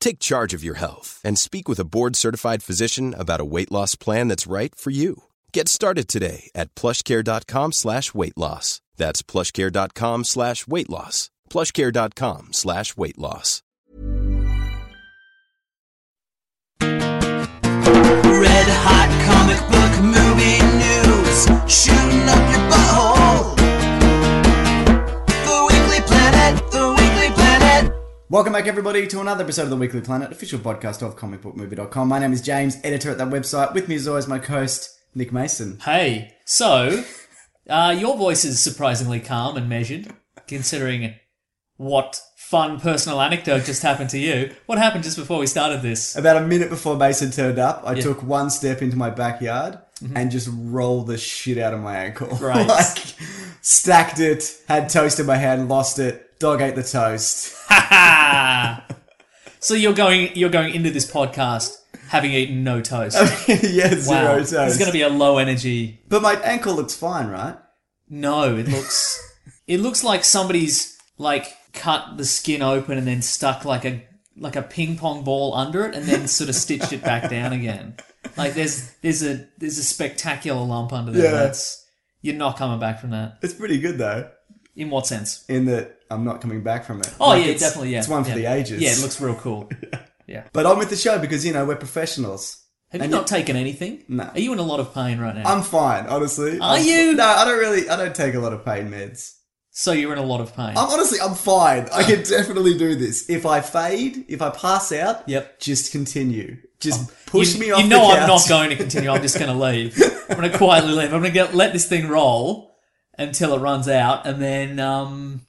Take charge of your health and speak with a board-certified physician about a weight loss plan that's right for you. Get started today at plushcare.com slash weight loss. That's plushcare.com slash weight loss. plushcare.com slash weight loss. Red hot comic book movie news, shooting up your butthole. The Weekly Planet, the Weekly Planet. Welcome back, everybody, to another episode of the Weekly Planet, official podcast of comicbookmovie.com. My name is James, editor at that website. With me, as always, my co host, Nick Mason. Hey, so uh, your voice is surprisingly calm and measured, considering what fun personal anecdote just happened to you. What happened just before we started this? About a minute before Mason turned up, I took one step into my backyard and just rolled the shit out of my ankle. Mm-hmm. Right. like, stacked it, had toast in my hand, lost it, dog ate the toast. Ha! so you're going you're going into this podcast having eaten no toast. yeah, zero wow, toast. it's going to be a low energy. but my ankle looks fine, right? No, it looks it looks like somebody's like cut the skin open and then stuck like a like a ping pong ball under it and then sort of stitched it back down again. Like there's there's a there's a spectacular lump under there. Yeah. That's you're not coming back from that. It's pretty good, though, In what sense? in that I'm not coming back from it. Oh Like, yeah, it's- definitely. Yeah, It's one for yeah. the ages. Yeah, it looks real cool. yeah. But on with the show because, you know, we're professionals. Have And you not taken anything? No. Are you in a lot of pain right now? I'm fine, honestly. Are I'm- you? No, I don't really. I don't take a lot of pain meds. so you're in a lot of pain. I'm honestly, I'm fine. I can definitely do this. If I fade, if I pass out, Yep. Oh, just continue. Just push you, me off. You know the I'm couch. not going to continue. I'm just going to leave. I'm going to quietly leave. I'm going to get, let this thing roll until it runs out, and then um,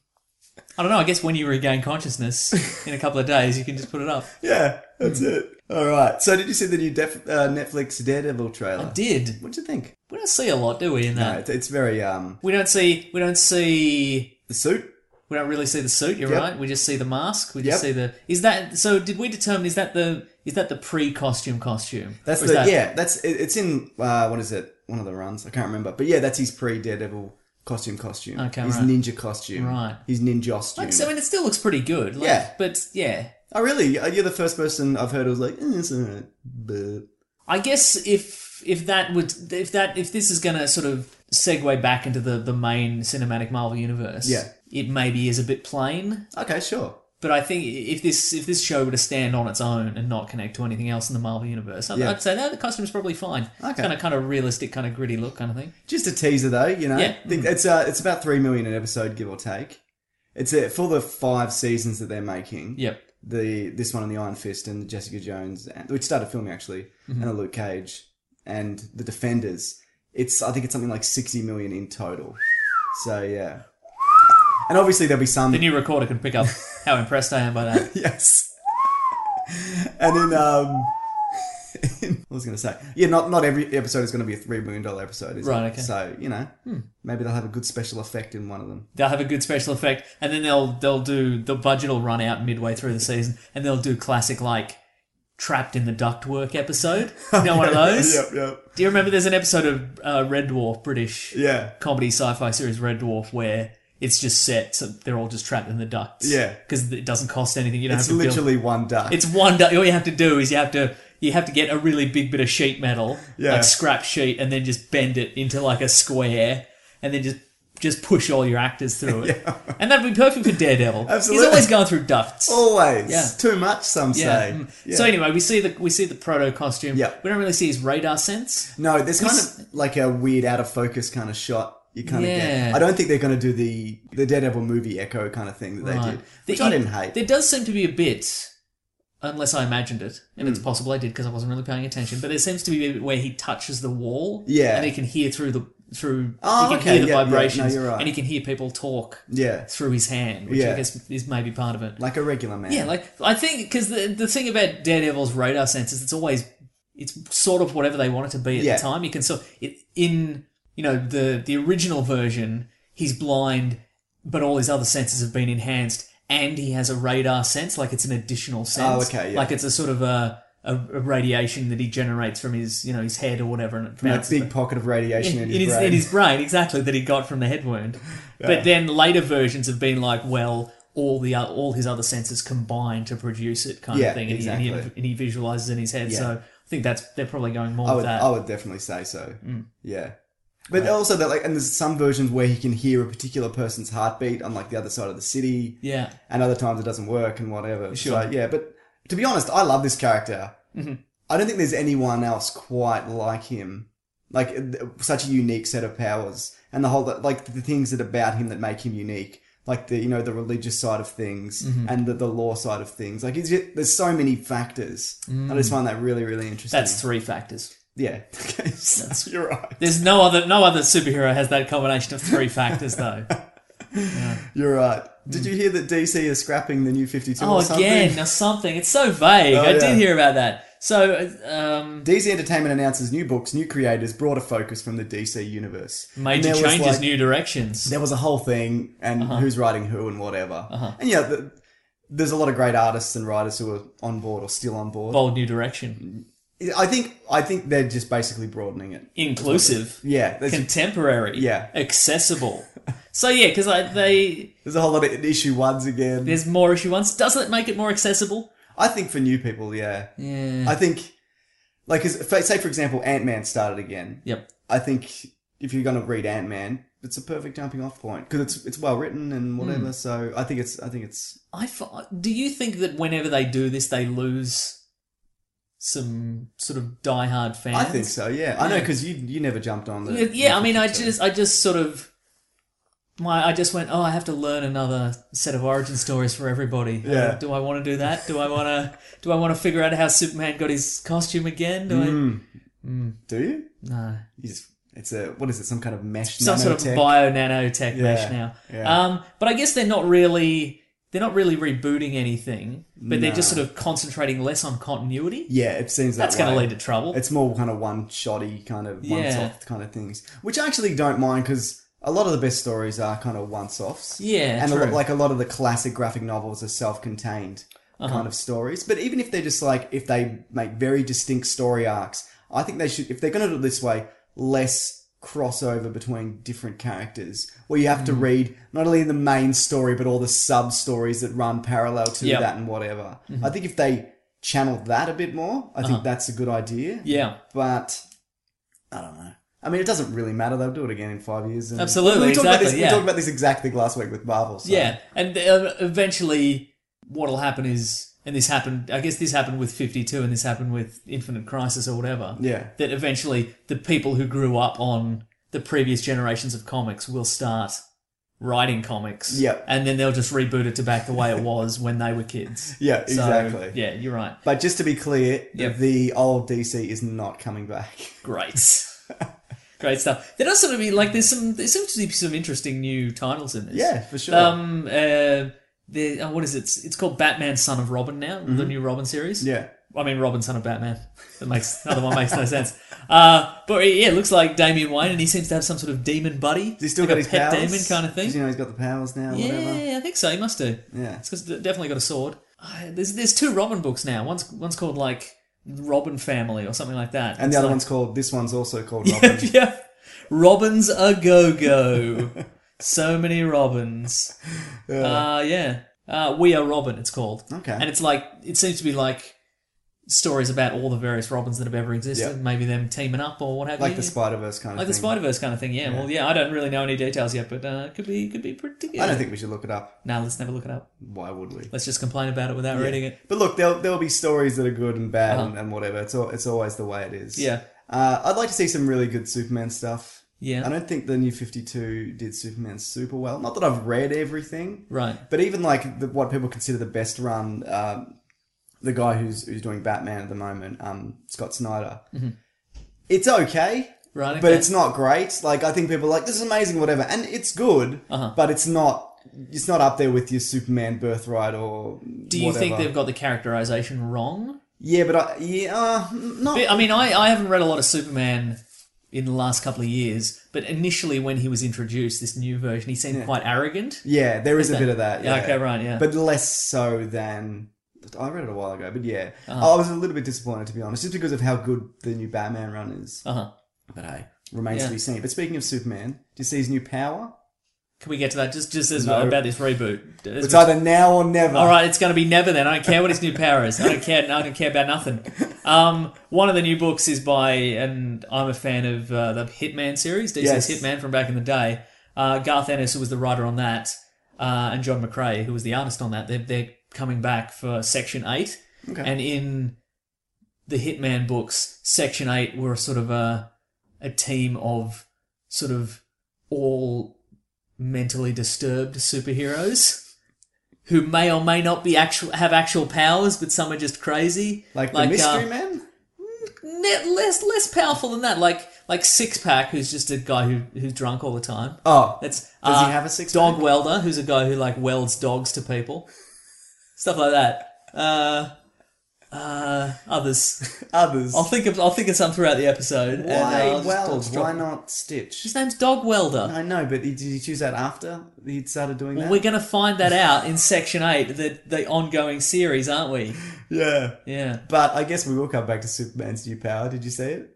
I don't know. I guess when you regain consciousness in a couple of days, you can just put it up. Yeah, that's it. All right. So, did you see the new Def- uh, Netflix Daredevil trailer? I did. What'd you think? We don't see a lot, do we? In No, that it's, it's very um we don't see. We don't see. the suit. We don't really see the suit. You're Yep. right. We just see the mask. We just Yep. see the. Is that so? Did we determine is that the is that the pre costume costume? That's Or the is that- yeah. That's it, it's in uh, what is it? One of the runs. I can't remember. But yeah, that's his pre Daredevil costume costume. Okay, His right. ninja costume. Right. His ninja costume. Like, so, I mean, it still looks pretty good. Like, Yeah. But yeah, Oh, really? Uh, You're the first person I've heard who's like, eh, it's alright. But I guess if if that would if that if this is going to sort of segue back into the the main cinematic Marvel universe, Yeah. it maybe is a bit plain. okay, sure. But I think if this if this show were to stand on its own and not connect to anything else in the Marvel universe, I'd, Yeah. I'd say that the costume's probably fine. Okay. Kind of kind of realistic, kind of gritty look, kind of thing. Just a teaser, though. You know, Yeah. I think it's uh, it's about three million an episode, give or take. It's uh, for the five seasons that they're making. Yep. The this one on the Iron Fist and the Jessica Jones, and, which started filming actually, Mm-hmm. and the Luke Cage and the Defenders. It's I think it's something like sixty million in total. So yeah, and obviously there'll be some The new recorder can pick up how impressed I am by that. yes. And then, um, I was going to say, yeah, not not every episode is going to be a three million dollar episode, is Right, It? okay. Hmm. So you know, maybe they'll have a good special effect in one of them. They'll have a good special effect, and then they'll they'll do the budget will run out midway through the season, and they'll do classic like trapped in the ductwork episode. You know, one of those. Yep, yep, Do you remember? There's an episode of uh, Red Dwarf, British yeah. comedy sci-fi series Red Dwarf, where it's just set. So they're all just trapped in the ducts. Yeah. because it doesn't cost anything. You don't It's have to build- literally one duck. It's one. du- All you have to do is you have to you have to get a really big bit of sheet metal, Yeah. like scrap sheet, and then just bend it into like a square, and then just just push all your actors through it. And that'd be perfect for Daredevil. Absolutely. He's always going through ducts. Always. Yeah. Too much, some yeah. say. Mm. Yeah. So anyway, we see the we see the proto costume. Yeah. We don't really see his radar sense. No, there's kind He's- of like a weird out of focus kind of shot. You kind of Yeah. get. I don't think they're going to do the the Daredevil movie echo kind of thing that they did, The- which I didn't hate. There does seem to be a bit, unless I imagined it, and Hmm. it's possible I did because I wasn't really paying attention. But there seems to be a bit where he touches the wall, Yeah. and he can hear through the through. Oh, he can okay, hear the yeah, yeah, no, vibrations, you're right. and he can hear people talk yeah, through his hand, which Yeah. I guess is maybe part of it. like a regular man. yeah, like I think because the the thing about Daredevil's radar sense is it's always it's sort of whatever they want it to be at Yeah. the time. You can so it in you know the the original version he's blind, but all his other senses have been enhanced, and he has a radar sense, like it's an additional sense. Oh, okay, yeah. Like it's a sort of a, a, a radiation that he generates from his you know his head or whatever, and it From that bounces big back pocket of radiation in, his in his, brain. in his brain, exactly that he got from the head wound. But then later versions have been like, well, all the o- all his other senses combine to produce it, kind Yeah, of thing, and, he, and, he, exactly. and he visualizes in his head. Yeah. So I think that's they're probably going more I would, with that. Mm. I would definitely say so. Yeah. But also that like, and there's some versions where he can hear a particular person's heartbeat on like the other side of the city, yeah, and other times it doesn't work and whatever. Sure. Mm-hmm. So yeah, but to be honest, I love this character. I don't think there's anyone else quite like him. Like th- such a unique set of powers, and the whole like the things that about him that make him unique, like the you know the religious side of things Mm-hmm. and the, the law side of things. Like it's just, there's so many factors. I just find that really really interesting. Mm. that's three factors. Yeah. Okay, so you're right. There's no other no other superhero has that combination of three factors though. You're right. Did you hear that DC is scrapping the new 52 Mm. oh, or something? again, now something. It's so vague. Oh, I yeah. did hear about that. So um, DC Entertainment announces new books, new creators, broader focus from the DC universe. And major there was, changes, like- new Uh-huh. directions. There was a whole thing, and who's writing who and whatever. Uh-huh. And yeah, the, there's a lot of great artists and writers who are on board or still on board. Bold new direction, I think I think they're just basically broadening it. inclusive. Yeah, there's, contemporary, Yeah. accessible. so yeah, because they there's a whole lot of issue ones again. there's more issue ones. Doesn't it make it more accessible? I think for new people, yeah. Yeah. I think, like, 'cause- say for example, Ant Man started again. Yep. I think if you're going to read Ant Man, it's a perfect jumping off point because it's it's well written Hmm. and whatever. So I think it's I think it's I fi- do you think that whenever they do this, they lose some sort of diehard fans? I think so. Yeah, I know because you you never jumped on the Yeah, yeah, I mean, I just I just sort of. My, I just went. Oh, I have to learn another set of origin stories for everybody. Uh, Yeah. do I want to do that? Do I want to? Do I want to figure out how Superman got his costume again? Do Mm. do you? I? No. You just it's a what is it? Some kind of mesh. some sort nanotech? of bio nanotech mesh now. yeah. Um, but I guess they're not really they're not really rebooting anything, but they're just No. sort of concentrating less on continuity. Yeah, it seems that That's going to way. lead to trouble. It's more kind of one shotty kind of Yeah. once off kind of things, which I actually don't mind because a lot of the best stories are kind of once offs. Yeah, Uh-huh. and a true. lot, like a lot of the classic graphic novels are self contained kind of stories. But even if they're just like if they make very distinct story arcs, I think they should if they're going to do it this way, less crossover between different characters where you have Hmm. to read not only the main story but all the sub stories that run parallel to Yep. that and whatever. Mm-hmm. I think if they channel that a bit more, I think that's a good idea. Uh-huh. yeah, But I don't know. I mean, it doesn't really matter. They'll do it again in five years. And Absolutely, We talked about this. exactly, We yeah. talked about this exact thing last week with Marvel. So. yeah, and uh, eventually what'll happen is, and this happened. I guess this happened with Fifty Two, and this happened with Infinite Crisis or whatever. Yeah. that eventually the people who grew up on the previous generations of comics will start writing comics. Yep. And then they'll just reboot it to back the way it was when they were kids. Yeah, So, exactly. yeah, you're right. But just to be clear, Yep. the old DC is not coming back. Great. Great stuff. There does sort of be like there's some there seems to be some interesting new titles in this. Yeah, for sure. Um uh the, oh, what is it? It's, it's called Batman Son of Robin now, the new Robin series. Mm-hmm. yeah. I mean, Robin, son of Batman. That makes another one makes no sense. Uh, but yeah, it looks like Damian Wayne, and he seems to have some sort of demon buddy. He's still like got a his pet powers. demon kind of 'Cause, You thing. know, he's got the powers now. Whatever. Yeah, I think so. He must do. Yeah. It's 'cause d- definitely got a sword. Uh, There's there's two Robin books now. One's one's called like Robin Family or something like that. And It's the other like- one's called. This one's also called Robin. yeah, Robins a go go. so many Robins. Uh, yeah. Uh, we are Robin. It's called. Okay. And it's like it seems to be like stories about all the various Robins that have ever existed. Yeah. Maybe them teaming up or what have like you. the Spider Verse kind of like the thing. Spider Verse kind of thing. Yeah. Well, yeah. I don't really know any details yet, but uh, could be could be pretty good. I don't think we should look it up. No, let's never look it up. Why would we? Let's just complain about it without reading it. But look, there'll, there'll be stories that are good and bad Uh-huh. and, and whatever. It's all, it's always the way it is. Yeah. Uh, I'd like to see some really good Superman stuff. Yeah. I don't think the new 52 did Superman super well. Not that I've read everything, Right. but even like the, what people consider the best run, um, the guy who's who's doing Batman at the moment, um, Scott Snyder. It's okay, Right. but Mm-hmm. okay. it's not great. Like I think people are like this is amazing, whatever, and it's good, Uh-huh. but it's not. It's not up there with your Superman birthright or. Do you think whatever. they've got the characterization wrong? Yeah, but I, yeah, uh, not. I mean, I, I haven't read a lot of Superman in the last couple of years, but initially when he was introduced, this new version, he seemed quite arrogant. Yeah, there is a bit of that. Yeah, Yeah. okay, right, yeah. But less so than. I read it a while ago, but yeah, Uh-huh. I was a little bit disappointed to be honest, just because of how good the new Batman run is. Uh huh. But hey, remains Yeah. to be seen. But speaking of Superman, do you see his new power? Can we get to that just just as No. about this reboot? As It's we- either now or never. all right, it's going to be never then. I don't care what his new power is. I don't care. I don't care about nothing. Um, one of the new books is by, and I'm a fan of uh, the Hitman series, DC's Yes. Hitman from back in the day. Uh, Garth Ennis, who was the writer on that, uh, and John McRae, who was the artist on that, they're, they're coming back for Section Eight. Okay. And in the Hitman books, Section 8 were sort of a, a team of sort of all mentally disturbed superheroes who may or may not be actual have actual powers, but some are just crazy. like, uh, the Mystery Man. ne- less less powerful than that. Like like Six Pack, who's just a guy who who's drunk all the time. Oh, That's does Does he have a six-pack? uh, dog welder? Who's a guy who like welds dogs to people, stuff like that. Uh, uh, others. others. I'll think of I'll think of some throughout the episode. and I'll Why just- I'll Weld? just drop- Why not Stitch? His name's Dog Welder. I know, but he, did he choose that after he started doing uh, Well, that? we're gonna find that out in section eight, the the ongoing series, aren't we? yeah. Yeah. But I guess we will come back to Superman's new power. Did you see it?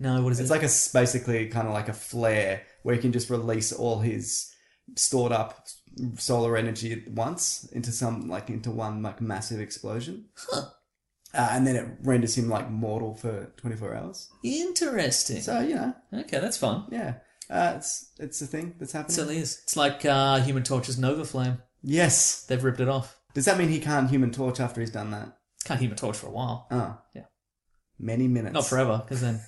No, what is It's it? like a s- basically kind of like a flare where he can just release all his stored up solar energy at once into some like into one like massive explosion. Uh, and then it renders him like mortal for 24 hours. Interesting. So, you know, okay, that's fun. yeah. Uh, it's it's a thing that's happening. It certainly is. It's like uh, Human Torch's Nova Flame. yes. They've ripped it off. Does that mean he can't human torch after he's done that? Can't Human Torch for a while. Oh. Yeah. Many minutes. Not forever, because then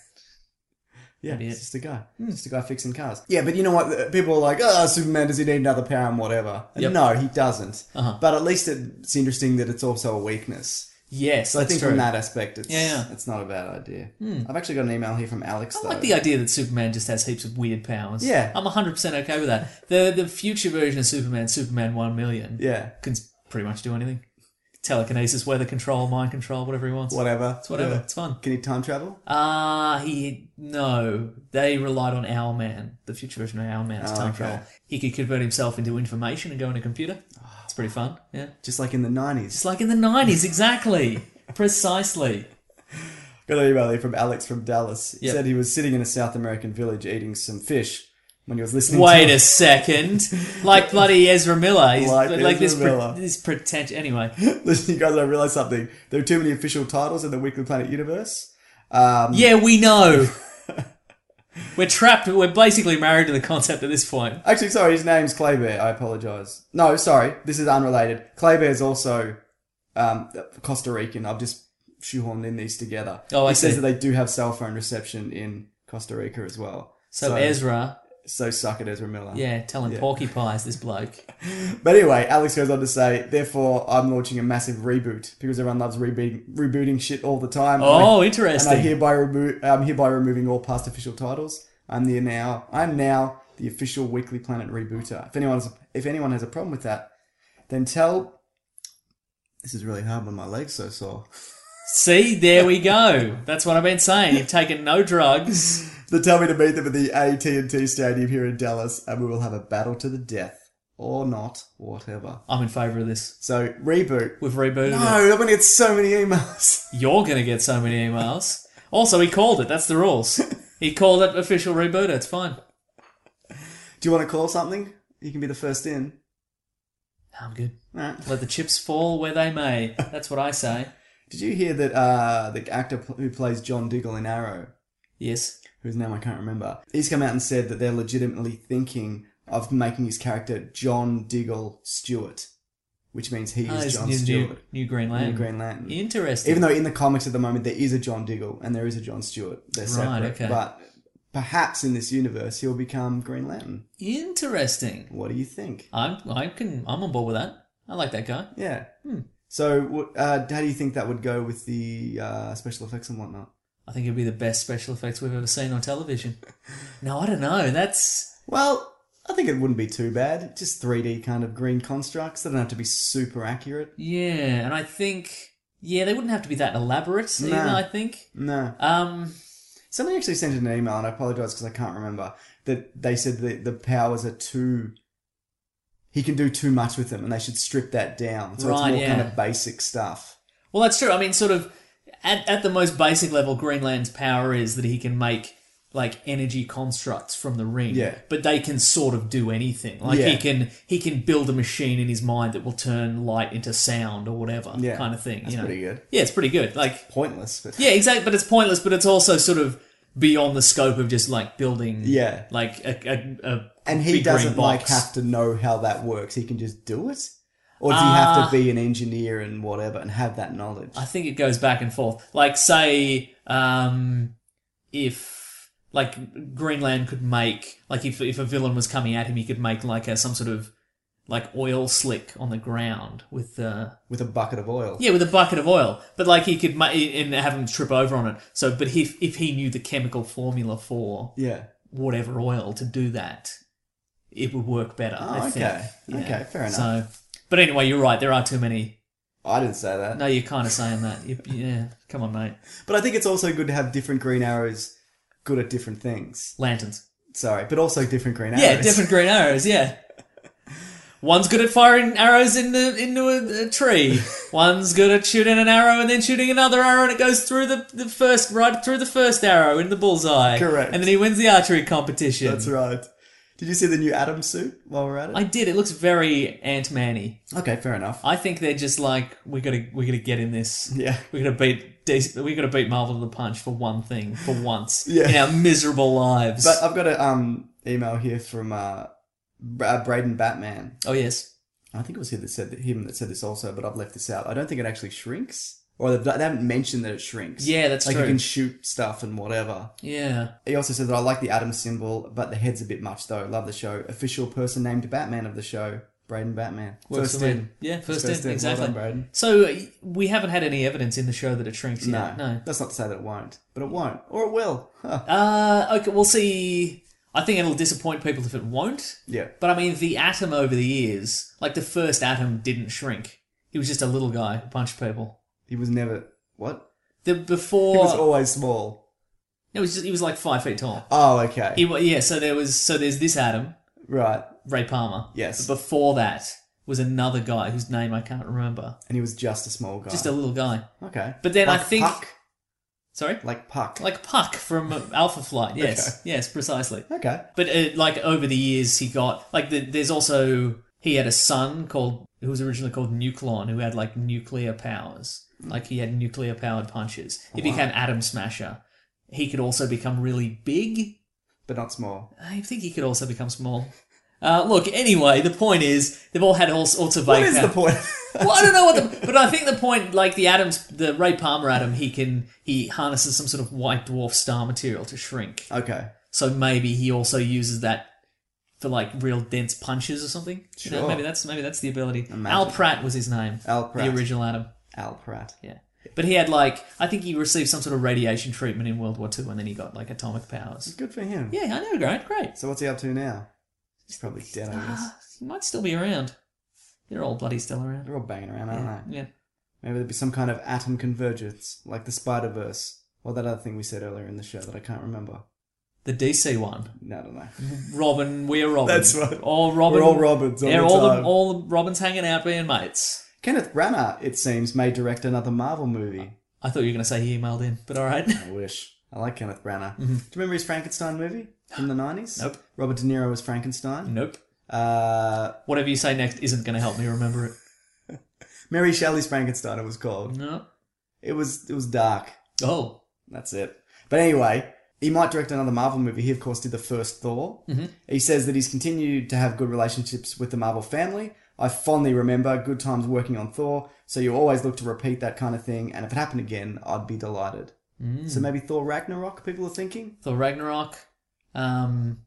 Yeah, Maybe it's it- just Hmm. a guy. Just a guy fixing cars. Yeah, but you know what? Uh, People are like, oh, Superman, does he need another power and whatever? And Yep. No, he doesn't. Uh-huh. But at least it's interesting that it's also a weakness. yes, So I that's think true. from that aspect, it's, Yeah, yeah. it's not a bad idea. I've actually got an email here from Alex, I though. like the idea that Superman just has heaps of weird powers. Yeah. I'm 100% okay with that. The the future version of Superman, Superman 1 million, yeah, can s- pretty much do anything. Telekinesis, weather control, mind control, whatever he wants. whatever. It's whatever. It's fun. Can he time travel? Ah, he no. They relied on Owlman, the future version of Owlman's Oh, time okay. travel. He could convert himself into information and go in a computer. Oh. It's pretty fun. Yeah, Just like in the 90s. just like in the nineties, exactly, precisely. Got an email here from Alex from Dallas. He Yep. said he was sitting in a South American village eating some fish when he was listening Wait to... a second, like bloody Ezra Miller. He's, Like like, this, Ezra pre- Miller. this pretension. Anyway, Listen, you guys, I realised something. There are too many official titles in the Weekly Planet universe. Um, yeah, we know. We're trapped. We're basically married to the concept at this point. Actually, sorry, his name's Claybear. I apologize. No, sorry, this is unrelated. Claybear is also um, Costa Rican. I've just shoehorned in these together. Oh, I He says see. that they do have cell phone reception in Costa Rica as well. So, Ezra, so suck it, Ezra Miller. yeah, telling porcupines this bloke. But anyway, Alex goes on to say, therefore, I'm launching a massive reboot because everyone loves rebooting, rebooting shit all the time. Oh, And I- interesting. And I hereby remo- I'm hereby removing all past official titles. I'm the now. I'm now the official Weekly Planet rebooter. If anyone has, if anyone has a problem with that, then tell. This is really hard when my legs so sore. See, there we go. That's what I've been saying. You've taken no drugs. They tell me to meet them at the AT&T Stadium here in Dallas, and we will have a battle to the death, or not, whatever. I'm in favour of this. So reboot. We've rebooted No, it. I'm gonna get so many emails. You're going to get so many emails. Also, he called it. That's the rules. He called it official rebooter. It's fine. Do you want to call something? You can be the first in. I'm good. All right. Let the chips fall where they may. That's what I say. Did you hear that uh, the actor pl- who plays John Diggle in Arrow, Yes. whose name I can't remember, he's come out and said that they're legitimately thinking of making his character John Diggle Stewart, which means he Ah, is it's John new, new, Stewart, new Green in Lantern. Green Lantern. Interesting. Even though in the comics at the moment there is a John Diggle and there is a John Stewart, they're Right, separate. okay. But perhaps in this universe he'll become Green Lantern. Interesting. What do you think? I'm I can I'm on board with that. I like that guy. Yeah. hmm. So, what- uh, how do you think that would go with the uh, special effects and whatnot? I think it'd be the best special effects we've ever seen on television. no, I don't know. That's Well, I think it wouldn't be too bad. Just 3D kind of green constructs. They don't have to be super accurate. yeah, and I think yeah, they wouldn't have to be that elaborate either, No. I think. No. Um Somebody actually sent an email, and I apologize because I can't remember, that they said that the powers are too. He can do too much with them, and they should strip that down. So Right, it's more yeah. kind of basic stuff. Well, that's true. I mean, sort of at, at the most basic level, Greenland's power is that he can make like energy constructs from the ring. Yeah. But they can sort of do anything. Like Yeah. he can he can build a machine in his mind that will turn light into sound or whatever Yeah. kind of thing. That's you know? pretty good. Yeah, it's pretty good. Like Pointless, but yeah, exactly. But it's pointless. But it's also sort of beyond the scope of just like building. Yeah. Like a a, a and he big doesn't green like box. have to know how that works. He can just do it, or does he have to be an engineer and whatever and have that knowledge? Ah. I think it goes back and forth. Like, say, um, if like Greenland could make like if if a villain was coming at him, he could make like a some sort of like oil slick on the ground with uh With a bucket of oil. yeah with a bucket of oil. But like he could ma- and have him trip over on it. So, but if if he knew the chemical formula for Yeah. whatever oil to do that, it would work better. Oh, I think. okay. Okay, fair enough. So, but anyway, you're right. There are too many. I didn't say that. No, you're kind of saying that. You, yeah, come on, mate. But I think it's also good to have different green arrows good at different things. Lanterns. Sorry, but also different green arrows. Yeah, different green arrows. Yeah, one's good at firing arrows in the, into a, a tree. One's good at shooting an arrow and then shooting another arrow, and it goes through the, the first right through the first arrow into the bullseye. Correct. And then he wins the archery competition. That's right. Did you see the new Adam suit while we're at it? Mm. I did. It looks very Ant Man-y. okay, fair enough. I think they're just like we gotta we gotta get in this. Yeah. We gotta beat Dis- we gotta beat Marvel to the punch for one thing for once Yeah. in our miserable lives. But I've got a um email here from uh, Bra- uh, Braden Batman. oh yes, I think it was him that said him that said this also, but I've left this out. I don't think it actually shrinks, or they've- they haven't mentioned that it shrinks. Yeah, that's like true. you can shoot stuff and whatever. yeah. He also said that I like the Adam symbol, but the head's a bit much though. Love the show. Official person named Batman of the show, Braden Batman. Works First for me. in. Yeah, first, First in. in, Well exactly. done, Braden. so uh, we haven't had any evidence in the show that it shrinks yet. No. that's not to say that it won't, but it won't, or it will. Huh. Uh, okay, we'll see. I think it'll disappoint people if it won't. Yeah, But I mean, the atom over the years, like the first atom didn't shrink. He was just a little guy, a bunch of people. he was never what? The before He was always small. it was just he was like five feet tall. Oh, okay, He wa yeah. So there was so there's this atom, right, Ray Palmer. Yes. But before that was another guy whose name I can't remember. and he was just a small guy. Just a little guy. okay, But then I Like think- Puck? Sorry. like puck, Like Puck from Alpha Flight. Yes. Okay. Yes. Precisely. okay, But uh, like over the years, he got like the, there's also he had a son called who was originally called Nucleon, who had like nuclear powers. Like he had nuclear powered punches. He became Atom Smasher. He could also become really big. but not small. I think he could also become small. Uh, look, anyway, the point is they've all had all sorts of vague. What is the powers. point? Well, I don't know what the, but I think the point, like the Adams, the Ray Palmer atom, he can he harnesses some sort of white dwarf star material to shrink. okay, So maybe he also uses that for like real dense punches or something. You know, Sure. maybe that's maybe that's the ability. Al Pratt was his name. Al Pratt. The original Adam. Al Pratt. Yeah. But he had like I think he received some sort of radiation treatment in World War Two, and then he got like atomic powers. Good for him. Yeah, I know, great, great. So what's he up to now? He's probably dead, I guess. Ah, he might still be around. They're all bloody still around. They're all banging around, aren't they? Yeah. Maybe there'd be some kind of atom convergence, like the Spider Verse, or that other thing we said earlier in the show that I can't remember. The DC one. No, I don't know. Mm-hmm. Robin, we're Robin. That's right. All Robin. We're all Robins all yeah, the all the time. all the Robins hanging out being mates. Kenneth Branagh, it seems, may direct another Marvel movie. I thought you were going to say he emailed in, but all right. I wish. Mm-hmm. I like Kenneth Branagh. Do you remember his Frankenstein movie from the nineties? Nope. Robert De Niro was Frankenstein. nope. Uh, Whatever you say next isn't going to help me remember it. Mary Shelley's Frankenstein. It was called. No. It was it was dark. Oh, That's it. But anyway, he might direct another Marvel movie. He, of course, did the first Thor. Mm-hmm. He says that he's continued to have good relationships with the Marvel family. I fondly remember good times working on Thor, so you always look to repeat that kind of thing. And if it happened again, I'd be delighted. So maybe Thor Ragnarok, people are thinking? Thor Ragnarok, um,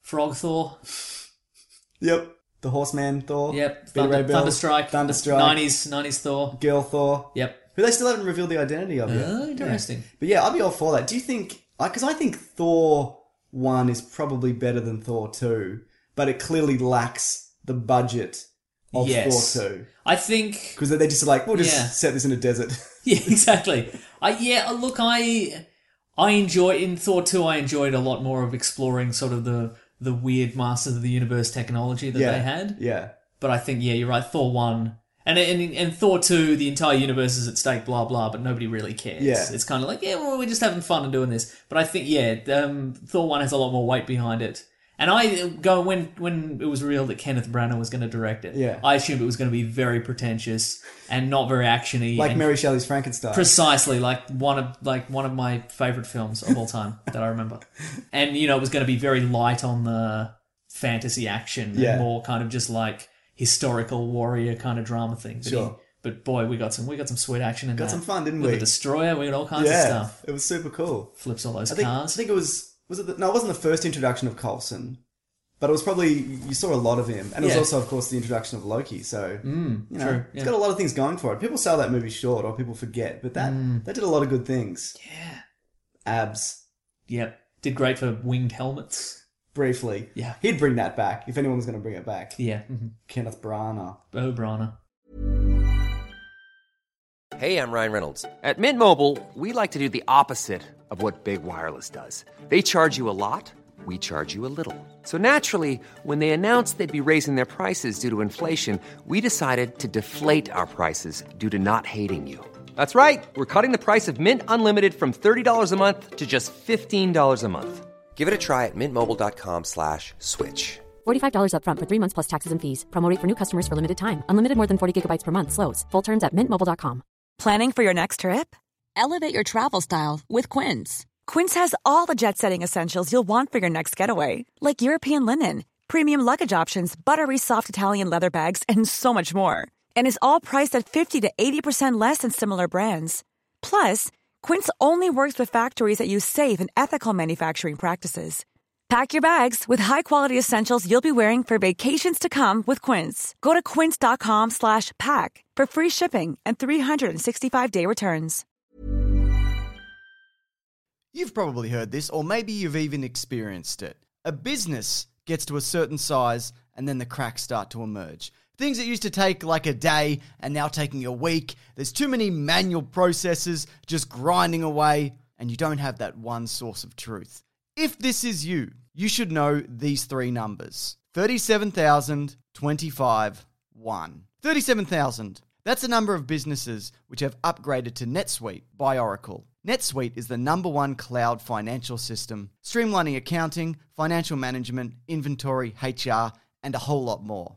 Frog Thor. Yep. The Horseman Thor. Yep. Beta Ray Thunder, Bill, Thunderstrike. Thunderstrike. Nineties. Nineties Thor. Girl Thor. Yep. Who they still haven't revealed the identity of yet. Oh, interesting. But yeah, I'd be all for that. Do you think? Because I think Thor one is probably better than Thor two, but it clearly lacks the budget of Yes. Thor two I think. because they just are like, we'll just Yeah. set this in a desert. Yeah, exactly. I yeah. uh, Look, I I enjoy in Thor two. I enjoyed a lot more of exploring sort of the the weird Masters of the Universe technology that yeah, they had. Yeah, But I think yeah, you're right. Thor one. And, and, and Thor 2, the entire universe is at stake, blah, blah, but nobody really cares. Yeah. It's kind of like, yeah, well, we're just having fun and doing this. But I think, yeah, um, Thor 1 has a lot more weight behind it. And I uh, go, when, when it was real that Kenneth Branagh was going to direct it, Yeah. I assumed it was going to be very pretentious and not very actiony. like and Mary Shelley's Frankenstein. Precisely, like one of like one of my favorite films of all time that I remember, and you know it was going to be very light on the fantasy action Yeah. and more kind of just like historical warrior kind of drama thing. But he- Sure. but boy, we got some we got some sweet action in Got that. some fun, didn't With we? the destroyer, we got all kinds yeah, of stuff. it was super cool. Flips all those I think cars. I think it was was it the, no, it wasn't the first introduction of Coulson, but it was probably you saw a lot of him, and it was Yeah. Mm, also, of course, the introduction of Loki. So you know, true, it's yeah. got a lot of things going for it. People sell that movie short, or people forget, but that that did a lot of good things. Mm. yeah. Abs, Yep. Did great for winged helmets. briefly, Yeah. he'd bring that back if anyone was going to bring it back. Yeah. Mm-hmm. Kenneth Branagh. Oh, Brana. Hey, I'm Ryan Reynolds. At Mint Mobile, we like to do the opposite of what Big Wireless does. They charge you a lot, we charge you a little. So naturally, when they announced they'd be raising their prices due to inflation, we decided to deflate our prices due to not hating you. That's right. We're cutting the price of Mint Unlimited from $30 a month to just $15 a month. Give it a try at mintmobile.com slash switch. $45 upfront for three months plus taxes and fees. Promo rate for new customers for limited time. Unlimited more than 40 gigabytes per month. Slows. Full terms at mintmobile.com. Planning for your next trip? Elevate your travel style with Quince. Quince has all the jet setting essentials you'll want for your next getaway, like European linen, premium luggage options, buttery soft Italian leather bags, and so much more. And is all priced at 50 to 80% less than similar brands. Plus, Quince only works with factories that use safe and ethical manufacturing practices. Pack your bags with high-quality essentials you'll be wearing for vacations to come with Quince. Go to quince.com slash pack for free shipping and 365-day returns. You've probably heard this, or maybe you've even experienced it. A business gets to a certain size, and then the cracks start to emerge. Things that used to take like a day are now taking a week. There's too many manual processes just grinding away, and you don't have that one source of truth. If this is you, you should know these three numbers 37,025 one. 37,000. That's the number of businesses which have upgraded to NetSuite by Oracle. NetSuite is the number one cloud financial system, streamlining accounting, financial management, inventory, HR, and a whole lot more.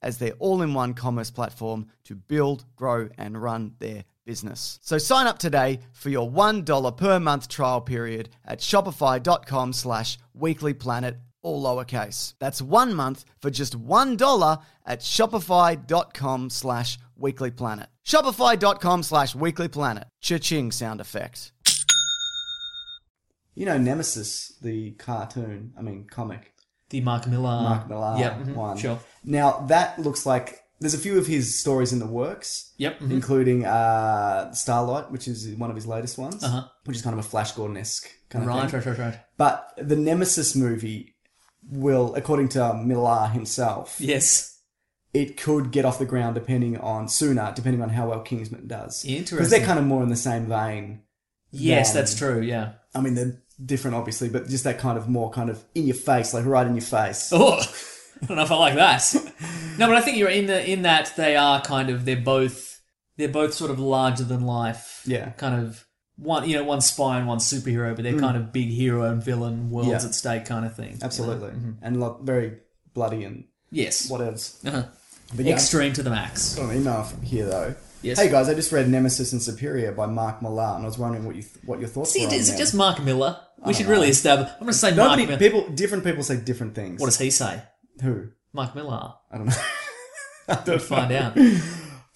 as their all in one commerce platform to build, grow, and run their business. So sign up today for your $1 per month trial period at shopify.com slash weeklyplanet, all lowercase. That's one month for just $1 at shopify.com slash weeklyplanet. Shopify.com slash weeklyplanet. Cha-ching sound effect. You know Nemesis, the cartoon, I mean comic, The Mark Millar. Mark Millar Yep. mhm, one. Sure. Now that looks like there's a few of his stories in the works. Yep. mhm. including uh, Starlight, which is one of his latest ones, Uh-huh. which is kind of a Flash Gordon esque kind of Right, thing. right, right, right. But the Nemesis movie will, according to Millar himself, Yes. it could get off the ground depending on sooner, depending on how well Kingsman does. Because Interesting. they're kind of more in the same vein. Yes, than- that's true. Yeah. I mean, they're different, obviously, but just that kind of more kind of in your face, like right in your face. Oh, I don't know if I like that. No, but I think you're in the in that they are kind of they're both they're both sort of larger than life. Yeah. Mm. Kind of one you know one spy and one superhero, but they're kind of big hero and villain worlds Yeah. at stake kind of thing. Absolutely. Mm-hmm. And like, very bloody and Yes. whatever. Uh-huh. But yeah. Extreme to the max. Got an email from here though. Yes. Hey guys, I just read Nemesis and Superior by Mark Millar, and I was wondering what you what your thoughts See, were. on is it them. just Mark Miller? We should really establish. I'm going to say nobody? Mark Miller. People, different people say different things. What does he say? who? Mark Miller. I don't know. I don't We'll find know. out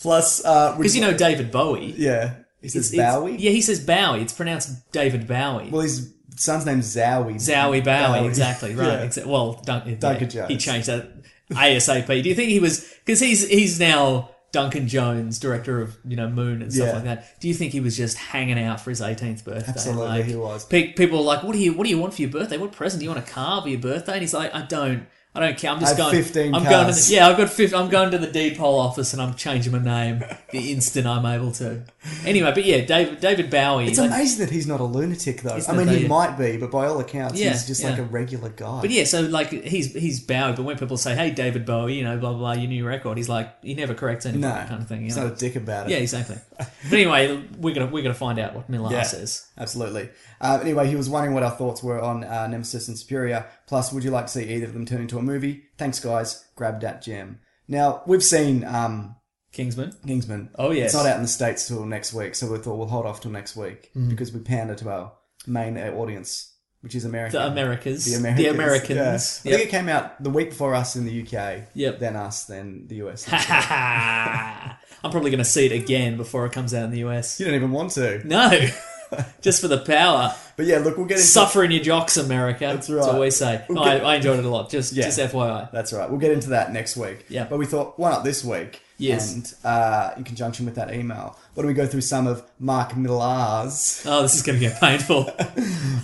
Plus, uh, because you know David Bowie. yeah, he says It's- it's- Bowie. Yeah, he says Bowie. It's pronounced David Bowie. Well, his son's name's Zowie. Zowie Bowie, exactly right. Yeah. Exa- well, Duncan, Duncan yeah, He Jones. changed that ASAP. Do you think he was because he's he's now Duncan Jones, director of you know Moon and stuff Yeah. like that? Do you think he was just hanging out for his 18th birthday? Absolutely, Like, he was. pe- people were like, "What do you what do you want for your birthday? What present do you want a car for your birthday?" And he's like, "I don't." I don't care. I'm just I have going. 15 I'm going. To the, cars. yeah, I've got. 15, I'm going to the deed poll office, and I'm changing my name the instant I'm able to. Anyway, but yeah, David David Bowie. It's like- amazing that he's not a lunatic though. I not, mean, though, he yeah. might be, but by all accounts, Yeah, he's just like yeah. a regular guy. But yeah, so like he's he's Bowie, but when people say, "Hey, David Bowie," you know, blah blah, blah your new record, he's like he never corrects anyone, no, that kind of thing. You he's know? not a dick about it. yeah, exactly. But anyway, we're gonna we're gonna find out what Millar Yeah. says. Absolutely. Uh, anyway, he was wondering what our thoughts were on uh, Nemesis and Superior. Plus, would you like to see either of them turn into a movie? Thanks, guys. Grab that gem. Now, we've seen um, Kingsman. Kingsman. Oh, yes. It's not out in the States till next week, so we thought we'll hold off till next week Mm-hmm. because we pander to our main uh, audience, which is America. The Americas. The Americans. The Americans. yeah. I think Yep. it came out the week before us in the UK, Yep. then us, then the US. I'm probably gonna see it again before it comes out in the US. you don't even want to. No. Just for the power. But yeah, look, we'll get into Suffer in your jocks, America. That's right. what we say. No, I, I enjoyed it a lot. Just Yeah. just FYI. That's right. We'll get into that next week. Yeah. But we thought, why not this week? Yes. And uh, in conjunction with that email, why don't we go through some of Mark Millar's Oh, this is gonna get painful.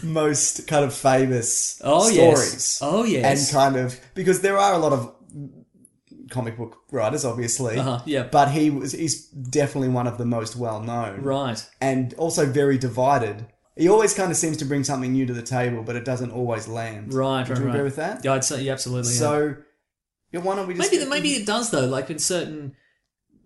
most kind of famous Oh, yes. stories? Oh, yes. And kind of because there are a lot of comic book writers, obviously. Uh-huh, yeah. But he was he's definitely one of the most well known. right. And also very divided. He always kind of seems to bring something new to the table, but it doesn't always land. Right, right, Would you right. agree with that? Yeah, I'd say yeah, absolutely. yeah. So, yeah, why don't we just Maybe that maybe it does though. Like in certain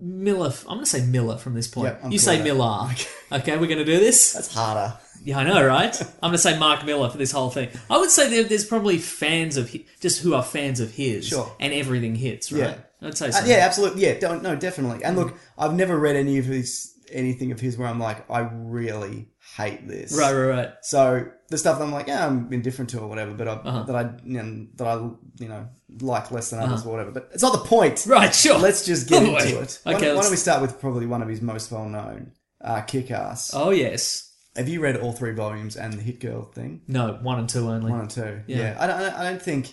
Miller, I'm going to say Miller from this point. Yeah, I'm you cool say with that. Millar. Okay, we're going to do this. That's harder. Yeah, I know, right? I'm going to say Mark Miller for this whole thing. I would say there, there's probably fans of hi- just who are fans of his, Sure. and everything hits, right? Yeah. I'd say so. Uh, yeah, absolutely. Yeah, don't, no, definitely. And look, I've never read any of his anything of his where I'm like, I really hate this. right, right, right. So the stuff that I'm like, yeah, I'm indifferent to or whatever, but I, Uh-huh. that I you know, that I you know like less than others or whatever. But it's not the point. Uh-huh. Right, sure. Let's just get Anyway, into it. Why, Okay, don't- why let's- don't we start with probably one of his most well known, uh, Kick Ass. Oh yes, Have you read all three volumes and the Hit Girl thing? no, one and two only. One and two. Yeah. Yeah. I don't. I don't- I don't think.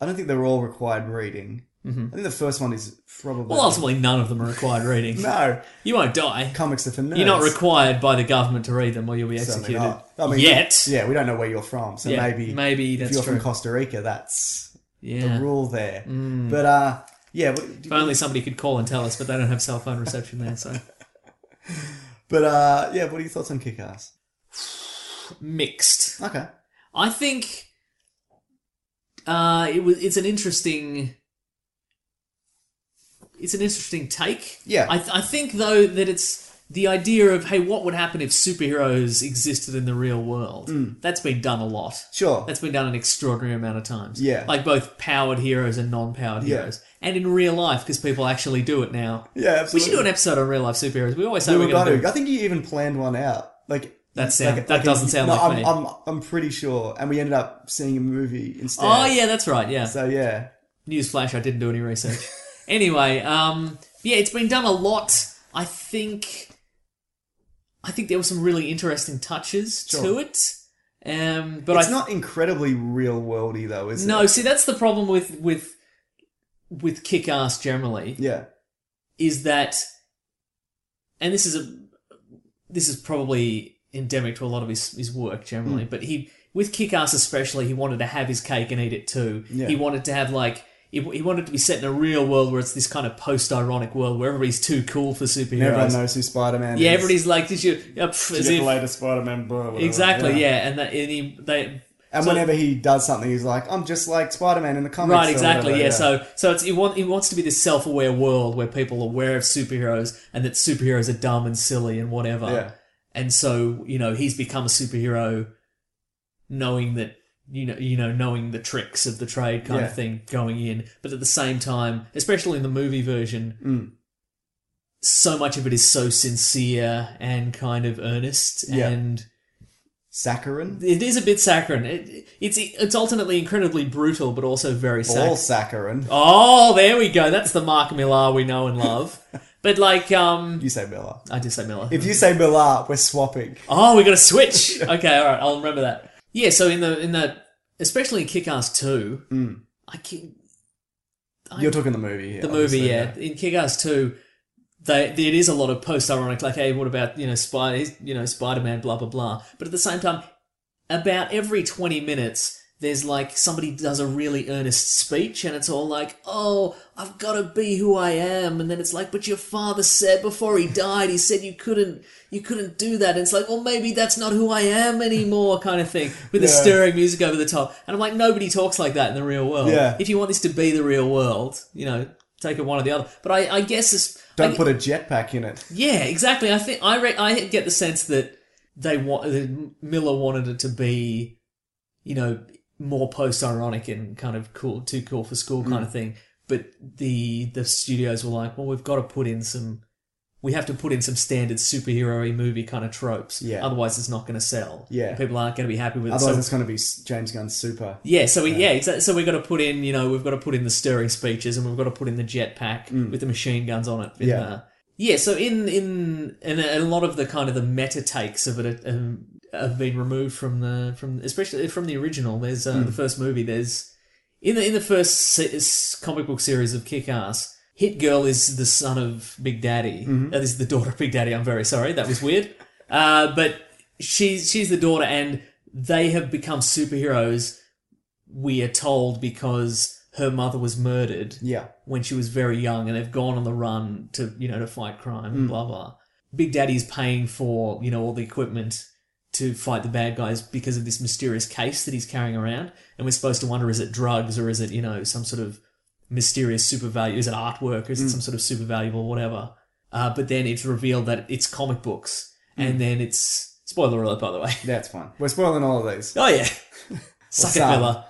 I don't think they're all required reading. I think the first one is probably. Mm-hmm. well, ultimately, none of them are required reading. no. You won't die. Comics are for nerds. You're not required by the government to read them, or you'll be Certainly executed. not. I mean, Yet, Yeah, we don't know where you're from, so Yeah, maybe maybe that's if you're true. from Costa Rica, that's Yeah. Mm. the rule there. But uh, yeah, but, If only somebody could call and tell us, but they don't have cell phone reception there, so but uh, yeah. What are your thoughts on Kick-Ass? mixed. Okay, I think uh, it was. It's an interesting. It's an interesting take. Yeah. I, th- I think though that it's the idea of hey, what would happen if superheroes existed in the real world? Mm. That's been done a lot. sure. That's been done an extraordinary amount of times. Yeah. Like both powered heroes and non-powered Yeah. heroes, and in real life because people actually do it now. yeah, We absolutely. should do an episode on real life superheroes. We always say We we were are going to gonna- do. I think you even planned one out. Like That sound- that doesn't sound no, like I'm, me. I'm, I'm pretty sure, and we ended up seeing a movie instead. Oh yeah, that's right. Yeah. So yeah, Newsflash, I didn't do any research. anyway, um, yeah, it's been done a lot. I think, I think there were some really interesting touches to Sure. it. Um, but it's I not incredibly real worldy though, is no, it? see, that's the problem with with with kick ass generally Yeah. is that, and this is a this is probably endemic to a lot of his his work Hmm. generally, but he with kick ass especially, he wanted to have his cake and eat it too. Yeah. He wanted to have like. He he wanted to be set in a real world where it's this kind of post-ironic world where everybody's too cool for superheroes. And everyone knows who Spider-Man yeah, is. everybody's like, "Did you?" Yeah, pff, You as get if- the latest Spider-Man. blah, blah, blah, exactly, yeah. and, that, and he, they And So- whenever he does something, he's like, "I'm just like Spider-Man in the comics." Right, or exactly. whatever, yeah. So, so it's, it, want, it wants to be this self-aware world where people are aware of superheroes and that superheroes are dumb and silly and whatever. Yeah. And so, you know, he's become a superhero, knowing that you know, you know, knowing the tricks of the trade kind of Yeah. thing going in, but at the same time, especially in the movie version, so much of it is so sincere and kind of earnest Yeah. and saccharin, it is a bit saccharine. It, it's it's alternately incredibly brutal, but also very saccharine. all saccharin. Oh, there we go. That's the Mark Millar we know and love. But like, um, You say Miller. I did say Miller. If you say Miller, we're swapping. oh, we got to switch. Okay, all right. I'll remember that. Yeah. So in the in the especially in Kick Ass Two, I can, You're talking the movie here. the movie. obviously, Yeah, in Kick Ass Two, they there it is a lot of post ironic. Like, hey, what about you know Spider you know Spider Man blah blah blah. But at the same time, about every twenty minutes. There's like somebody does a really earnest speech, and it's all like, "Oh, I've got to be who I am," and then it's like, "But your father said before he died, he said you couldn't, you couldn't do that." And it's like, "Well, maybe that's not who I am anymore," kind of thing, with the Yeah. stirring music over the top. And I'm like, nobody talks like that in the real world. Yeah. If you want this to be the real world, you know, take it one or the other. But I, I guess it's Don't I- put a jetpack in it. yeah, exactly. I think I re- I get the sense that they want that Miller wanted it to be, you know, more post-ironic and kind of cool, too cool for school kind Mm. of thing. But the the studios were like, well, we've got to put in some, we have to put in some standard superhero movie kind of tropes. Yeah. Otherwise, it's not going to sell. Yeah. People aren't going to be happy with it. Otherwise, So- it's going to be S- James Gunn's super. yeah, so we, yeah, exactly. So we've got to put in, you know, we've got to put in the stirring speeches, and we've got to put in the jetpack with the machine guns on it. in Yeah. the- Mm. yeah. So in in and a a lot of the kind of the meta takes of it um, have been removed from the from especially from the original. There's uh, the first movie. There's in the in the first se- s- comic book series of Kick Ass. Hit Girl is the son of Big Daddy. That is the daughter of Big Daddy. I'm very sorry. That was weird. uh, but she's she's the daughter, and they have become superheroes we are told because her mother was murdered Yeah, when she was very young and they've gone on the run to you know to fight crime and blah blah big daddy's paying for you know all the equipment to fight the bad guys because of this mysterious case that he's carrying around and we're supposed to wonder is it drugs or is it you know some sort of mysterious super value is it artwork or is it some sort of super valuable whatever uh, but then it's revealed that it's comic books and then it's spoiler alert, by the way. That's fine. We're spoiling all of these. Oh yeah, suck it, Sam. Miller.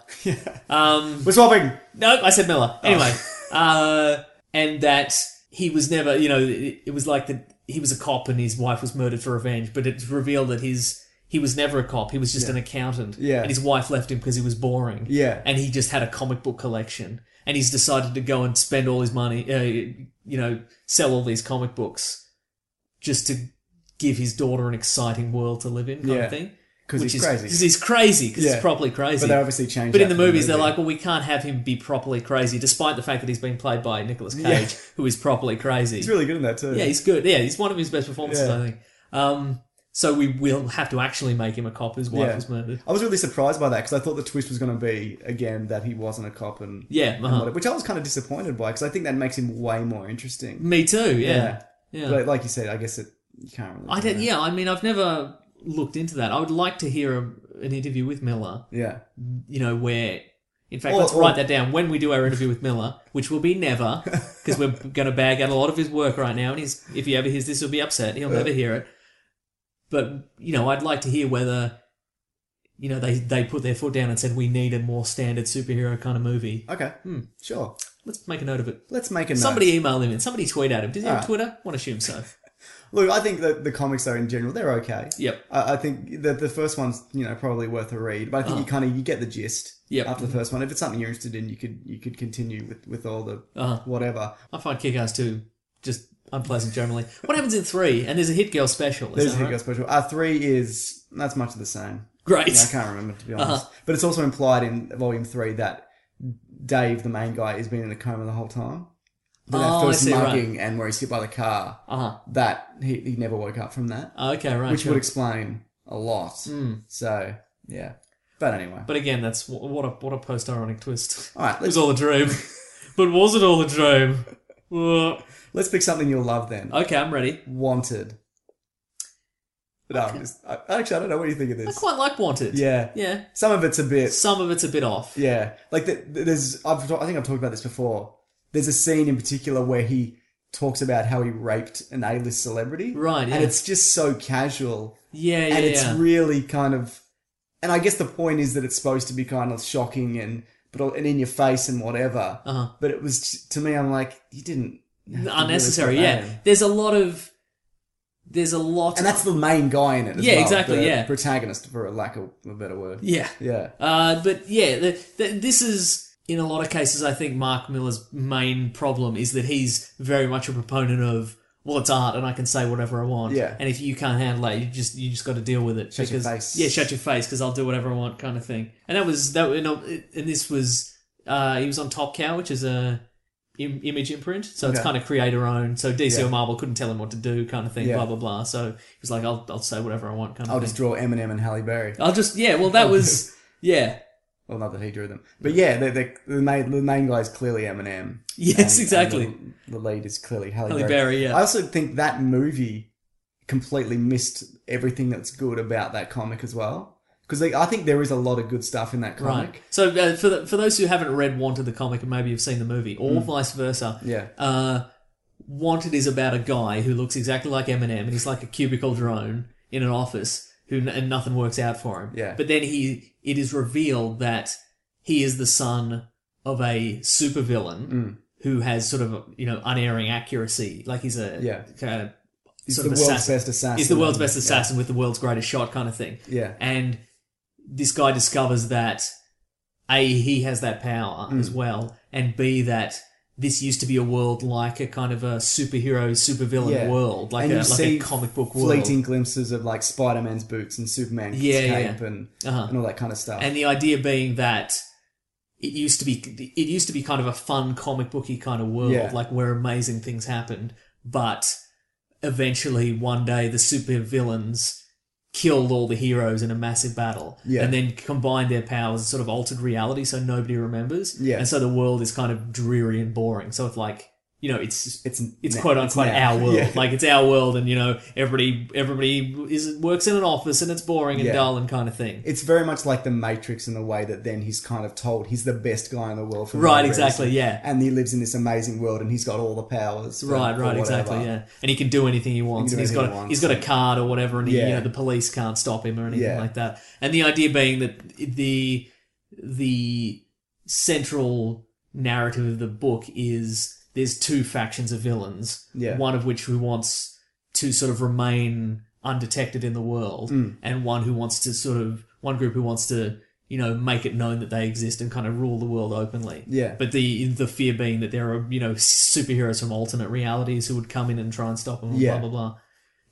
Um, We're swapping. Nope, I said Miller. Oh. Anyway, uh, and that he was never, you know, it, it was like that he was a cop and his wife was murdered for revenge, but it's revealed that his he was never a cop. He was just an accountant. Yeah. And his wife left him because he was boring. Yeah. And he just had a comic book collection. And he's decided to go and spend all his money, uh, you know, sell all these comic books just to give his daughter an exciting world to live in kind Yeah. of thing. 'Cause Which he's is- crazy. 'cause he's crazy, because Yeah. he's properly crazy. But they obviously changed But in that the for the movies, they're movie. like, well, we can't have him be properly crazy, despite the fact that he's been played by Nicolas Cage, Yeah. who is properly crazy. He's really good in that too. yeah, he's good. Yeah, he's one of his best performances, Yeah. I think. Um, so we will have to actually make him a cop whose wife Yeah. was murdered. I was really surprised by that because I thought the twist was going to be again that he wasn't a cop and Yeah, and uh-huh. whatever, which I was kind of disappointed by because I think that makes him way more interesting. Me too. Yeah, yeah. But like you said, I guess it you can't really. I do don't. that. Yeah, I mean, I've never looked into that. I would like to hear a, an interview with Miller. Yeah. You know where. In fact, Or- let's or- write that down when we do our interview with Miller, which will be never, because we're going to bag out a lot of his work right now. And he's, if he ever hears this, he'll be upset. He'll never hear it. But you know, I'd like to hear whether, you know, they they put their foot down and said we need a more standard superhero kind of movie. Okay. hmm, Sure. Let's make a note of it. Let's make a note. Somebody email him and somebody tweet at him. Does he have Ah. Twitter? One assume so. Look, I think that the comics though in general they're okay. Yep. I, I think that the first one's you know probably worth a read, but I think you kind of you get the gist. Uh-huh. Yep. After the first one, if it's something you're interested in, you could you could continue with with all the Uh-huh. whatever. I find Kick-Ass 2 just unpleasant generally. What happens in 3? And there's a Hit Girl special. is There's a that Hit right? Girl special. Uh, three is that's much of the same. Great. Yeah, I can't remember to be Uh-huh. honest. But it's also implied in volume three that Dave, the main guy, has been in a coma the whole time. But that Oh, I first see, right. mugging and where he's hit by the car, Uh-huh. that he, he never woke up from that, Okay, right. which sure. would explain a lot. So yeah. But anyway, But again, that's wh- what a what a post ironic twist. all right, It let's was all a dream, but was it all a dream? Uh, let's pick something you'll love then. okay, I'm ready. Wanted. No, I'm just, uh, I, actually, I don't know what do you think of I this. quite like Wanted. Yeah. yeah. Some of it's a bit. Some of it's a bit off. Yeah, like the, the- there's I've ta- I think I've talked about this before. There's a scene in particular where he talks about how he raped an A-list celebrity, Right, yeah. And it's just so casual, Yeah, yeah, and it's yeah. really kind of. And I guess the point is that it's supposed to be kind of shocking and but all- and in your face and whatever. Uh-huh. But it was j- to me, I'm like, you didn't have to Unnecessary. really put yeah, that in. there's a lot of there's a lot. and that's of- the main guy in it. as Yeah, well, exactly, the yeah. protagonist for a lack of a better word. yeah. yeah, Uh, but yeah, the, the, this is in a lot of cases. I think Mark Miller's main problem is that he's very much a proponent of well, it's art, and I can say whatever I want. Yeah. And if you can't handle it, you just you just got to deal with it. Shut your because, face. Yeah, shut your face because I'll do whatever I want, kind of thing. And that was that. You know, it- and this was uh, he was on Top Cow, which is a Im- image imprint, so it's Okay. kind of creator owned. So DC Yeah. or Marvel couldn't tell him what to do, kind of thing. Yeah. Blah blah blah. So he was like, I'll I'll say whatever I want, kind I'll of just thing. draw Eminem and Halle Berry. I'll just yeah. Well, that was yeah. Well, not that he drew them, but yeah, the the, the main the main guy is clearly Eminem. Yes, And- exactly. and the, the lead is clearly Halle, Halle Berry. Berry, yeah. I also think that movie completely missed everything that's good about that comic as well, because I think there is a lot of good stuff in that comic. Right. So uh, for the, for those who haven't read Wanted the comic and maybe you've seen the movie, or vice versa. Hmm. Yeah. Uh, Wanted is about a guy who looks exactly like Eminem, and he's like a cubicle drone in an office, who n- and nothing works out for him. Yeah. But then he it is revealed that he is the son of a supervillain Hmm. who has sort of you know unerring accuracy, like he's a Yeah. kind of He's sort the of world's assassin. best assassin. He's the world's best assassin with the world's greatest shot, kind of thing. Yeah. And this guy discovers that a he has that power Mm. as well, and b that this used to be a world like a kind of a superhero supervillain Yeah. world, like And a you like see a comic book world. Fleeting glimpses of like Spider Man's boots and Superman's Yeah, yeah. cape and Uh-huh. and all that kind of stuff. And the idea being that it used to be it used to be kind of a fun comic booky kind of world, Yeah. like where amazing things happened, but eventually one day the super villains killed all the heroes in a massive battle Yeah. and then combined their powers and sort of altered reality so nobody remembers Yeah. and so the world is kind of dreary and boring so it's like you know, it's It's it's n- it's now- quote it's unquote now. our world. Yeah. Like it's our world, and you know, everybody everybody is works in an office, and it's boring and Yeah. dull and kind of thing. It's very much like the Matrix in the way that then he's kind of told he's the best guy in the world for Right, no exactly, reason. yeah. and he lives in this amazing world and he's got all the powers. for- Right, for right, exactly, whatever. yeah. And he can do anything he wants, do and he's anything got he a, wants, he's got a yeah. card or whatever, and he, you Yeah. know the police can't stop him or anything Yeah. like that. And the idea being that the the central narrative of the book is there's two factions of villains, Yeah. one of which who wants to sort of remain undetected in the world, Mm. and one who wants to sort of one group who wants to you know make it known that they exist and kind of rule the world openly. Yeah. But the the fear being that there are you know superheroes from alternate realities who would come in and try and stop them. and Yeah. Blah blah blah.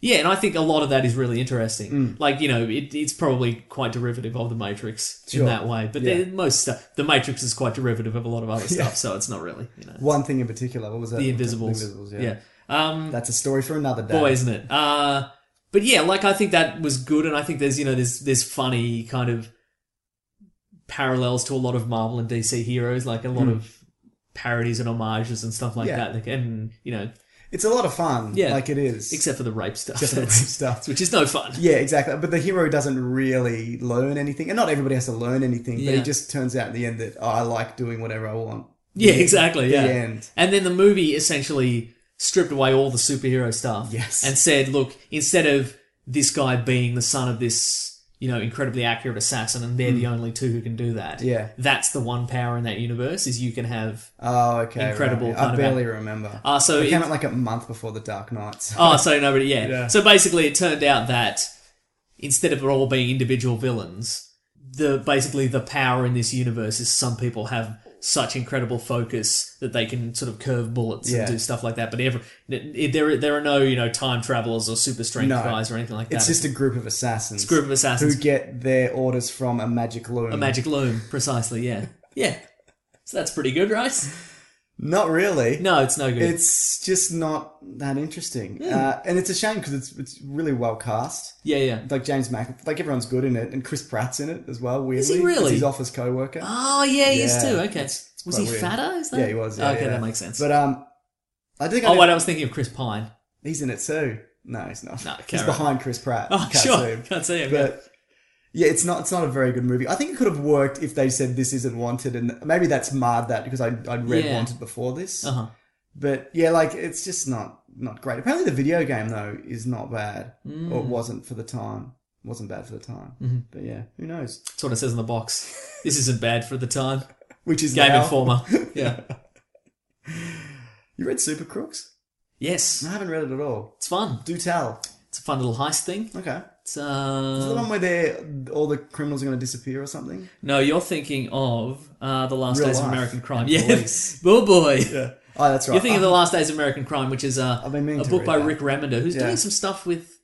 Yeah, and I think a lot of that is really interesting. Mm. Like you know, it, it's probably quite derivative of the Matrix Sure. in that way. But Yeah. the- most stuff, the Matrix is quite derivative of a lot of other stuff, so it's not really you know One thing in particular, what was that? the Invisibles. The Invisibles, yeah. yeah. Um, That's a story for another day. boy, isn't it? Uh, but yeah, like I think that was good, and I think there's you know there's there's funny kind of parallels to a lot of Marvel and DC heroes, like a lot of parodies and homages and stuff like Hmm. Yeah. that. Like, and you know, It's a lot of fun. Yeah. like it is. except for the rape stuff, Except for the rape stuff. which is no fun. Yeah, exactly. But the hero doesn't really learn anything, and not everybody has to learn anything. But Yeah. it just turns out in the end that oh, I like doing whatever I want. Yeah, exactly. The yeah. end. And then the movie essentially stripped away all the superhero stuff. Yes. And said, look, instead of this guy being the son of this, you know, incredibly accurate assassin and they're the only two who can do that. Hmm. Yeah. That's the one power in that universe is you can have Oh, okay. Incredible right. kind I of barely remember. Ah, so it came it- out like a month before the Dark Knight. so- Oh, so nobody yeah. Yeah. So basically it turned out that instead of it all being individual villains, the basically the power in this universe is some people have such incredible focus that they can sort of curve bullets Yeah. and do stuff like that. But every, it, there, are- there are no you know time travelers or super strength No. guys or anything like that. It's just a group of assassins. It's a group of assassins. who get their orders from a magic loom. a magic loom, precisely. Yeah, yeah. So that's pretty good, right? Not really. No, it's no good. It's just not that interesting, uh, and it's a shame because it's it's really well cast. yeah, yeah. Like James Mac, like everyone's good in it, and Chris Pratt's in it as well. Weirdly, he really? It's his office co-worker. Oh yeah, he is Yeah. too. Okay. was quite he weird. fatter? Is that? Yeah, he was. Yeah, okay, yeah. that makes sense. But um, I think I oh did- wait, I was thinking of Chris Pine. he's in it too. No, he's not. No, okay, he's right. behind Chris Pratt. Oh, Can't sure. see him. Can't see him, yeah. But yeah, it's not. It's not a very good movie. I think it could have worked if they said this isn't wanted, and maybe that's marred that because I I'd read Yeah. Wanted before this. Uh huh. But yeah, like it's just not not great. Apparently, the video game though is not bad, or Mm. it wasn't for the time. wasn't bad for the time. Mm-hmm. But yeah, who knows? That's what it says in the box. This isn't bad for the time. Which is Game now- Informer. Yeah. You read Super Crooks? Yes. I haven't read it at all. It's fun. Do tell. It's a fun little heist thing. Okay. It's, Is it the uh, one where they all the criminals are going to disappear or something? no, you're thinking of uh, The Last Real Days of life. American Crime. And Yes. Oh boy. Oh, that's right. You're thinking of Uh, The Last Days of American Crime, which is uh, a I've been meaning to book read by that. Rick Remender, who's Yeah. doing some stuff with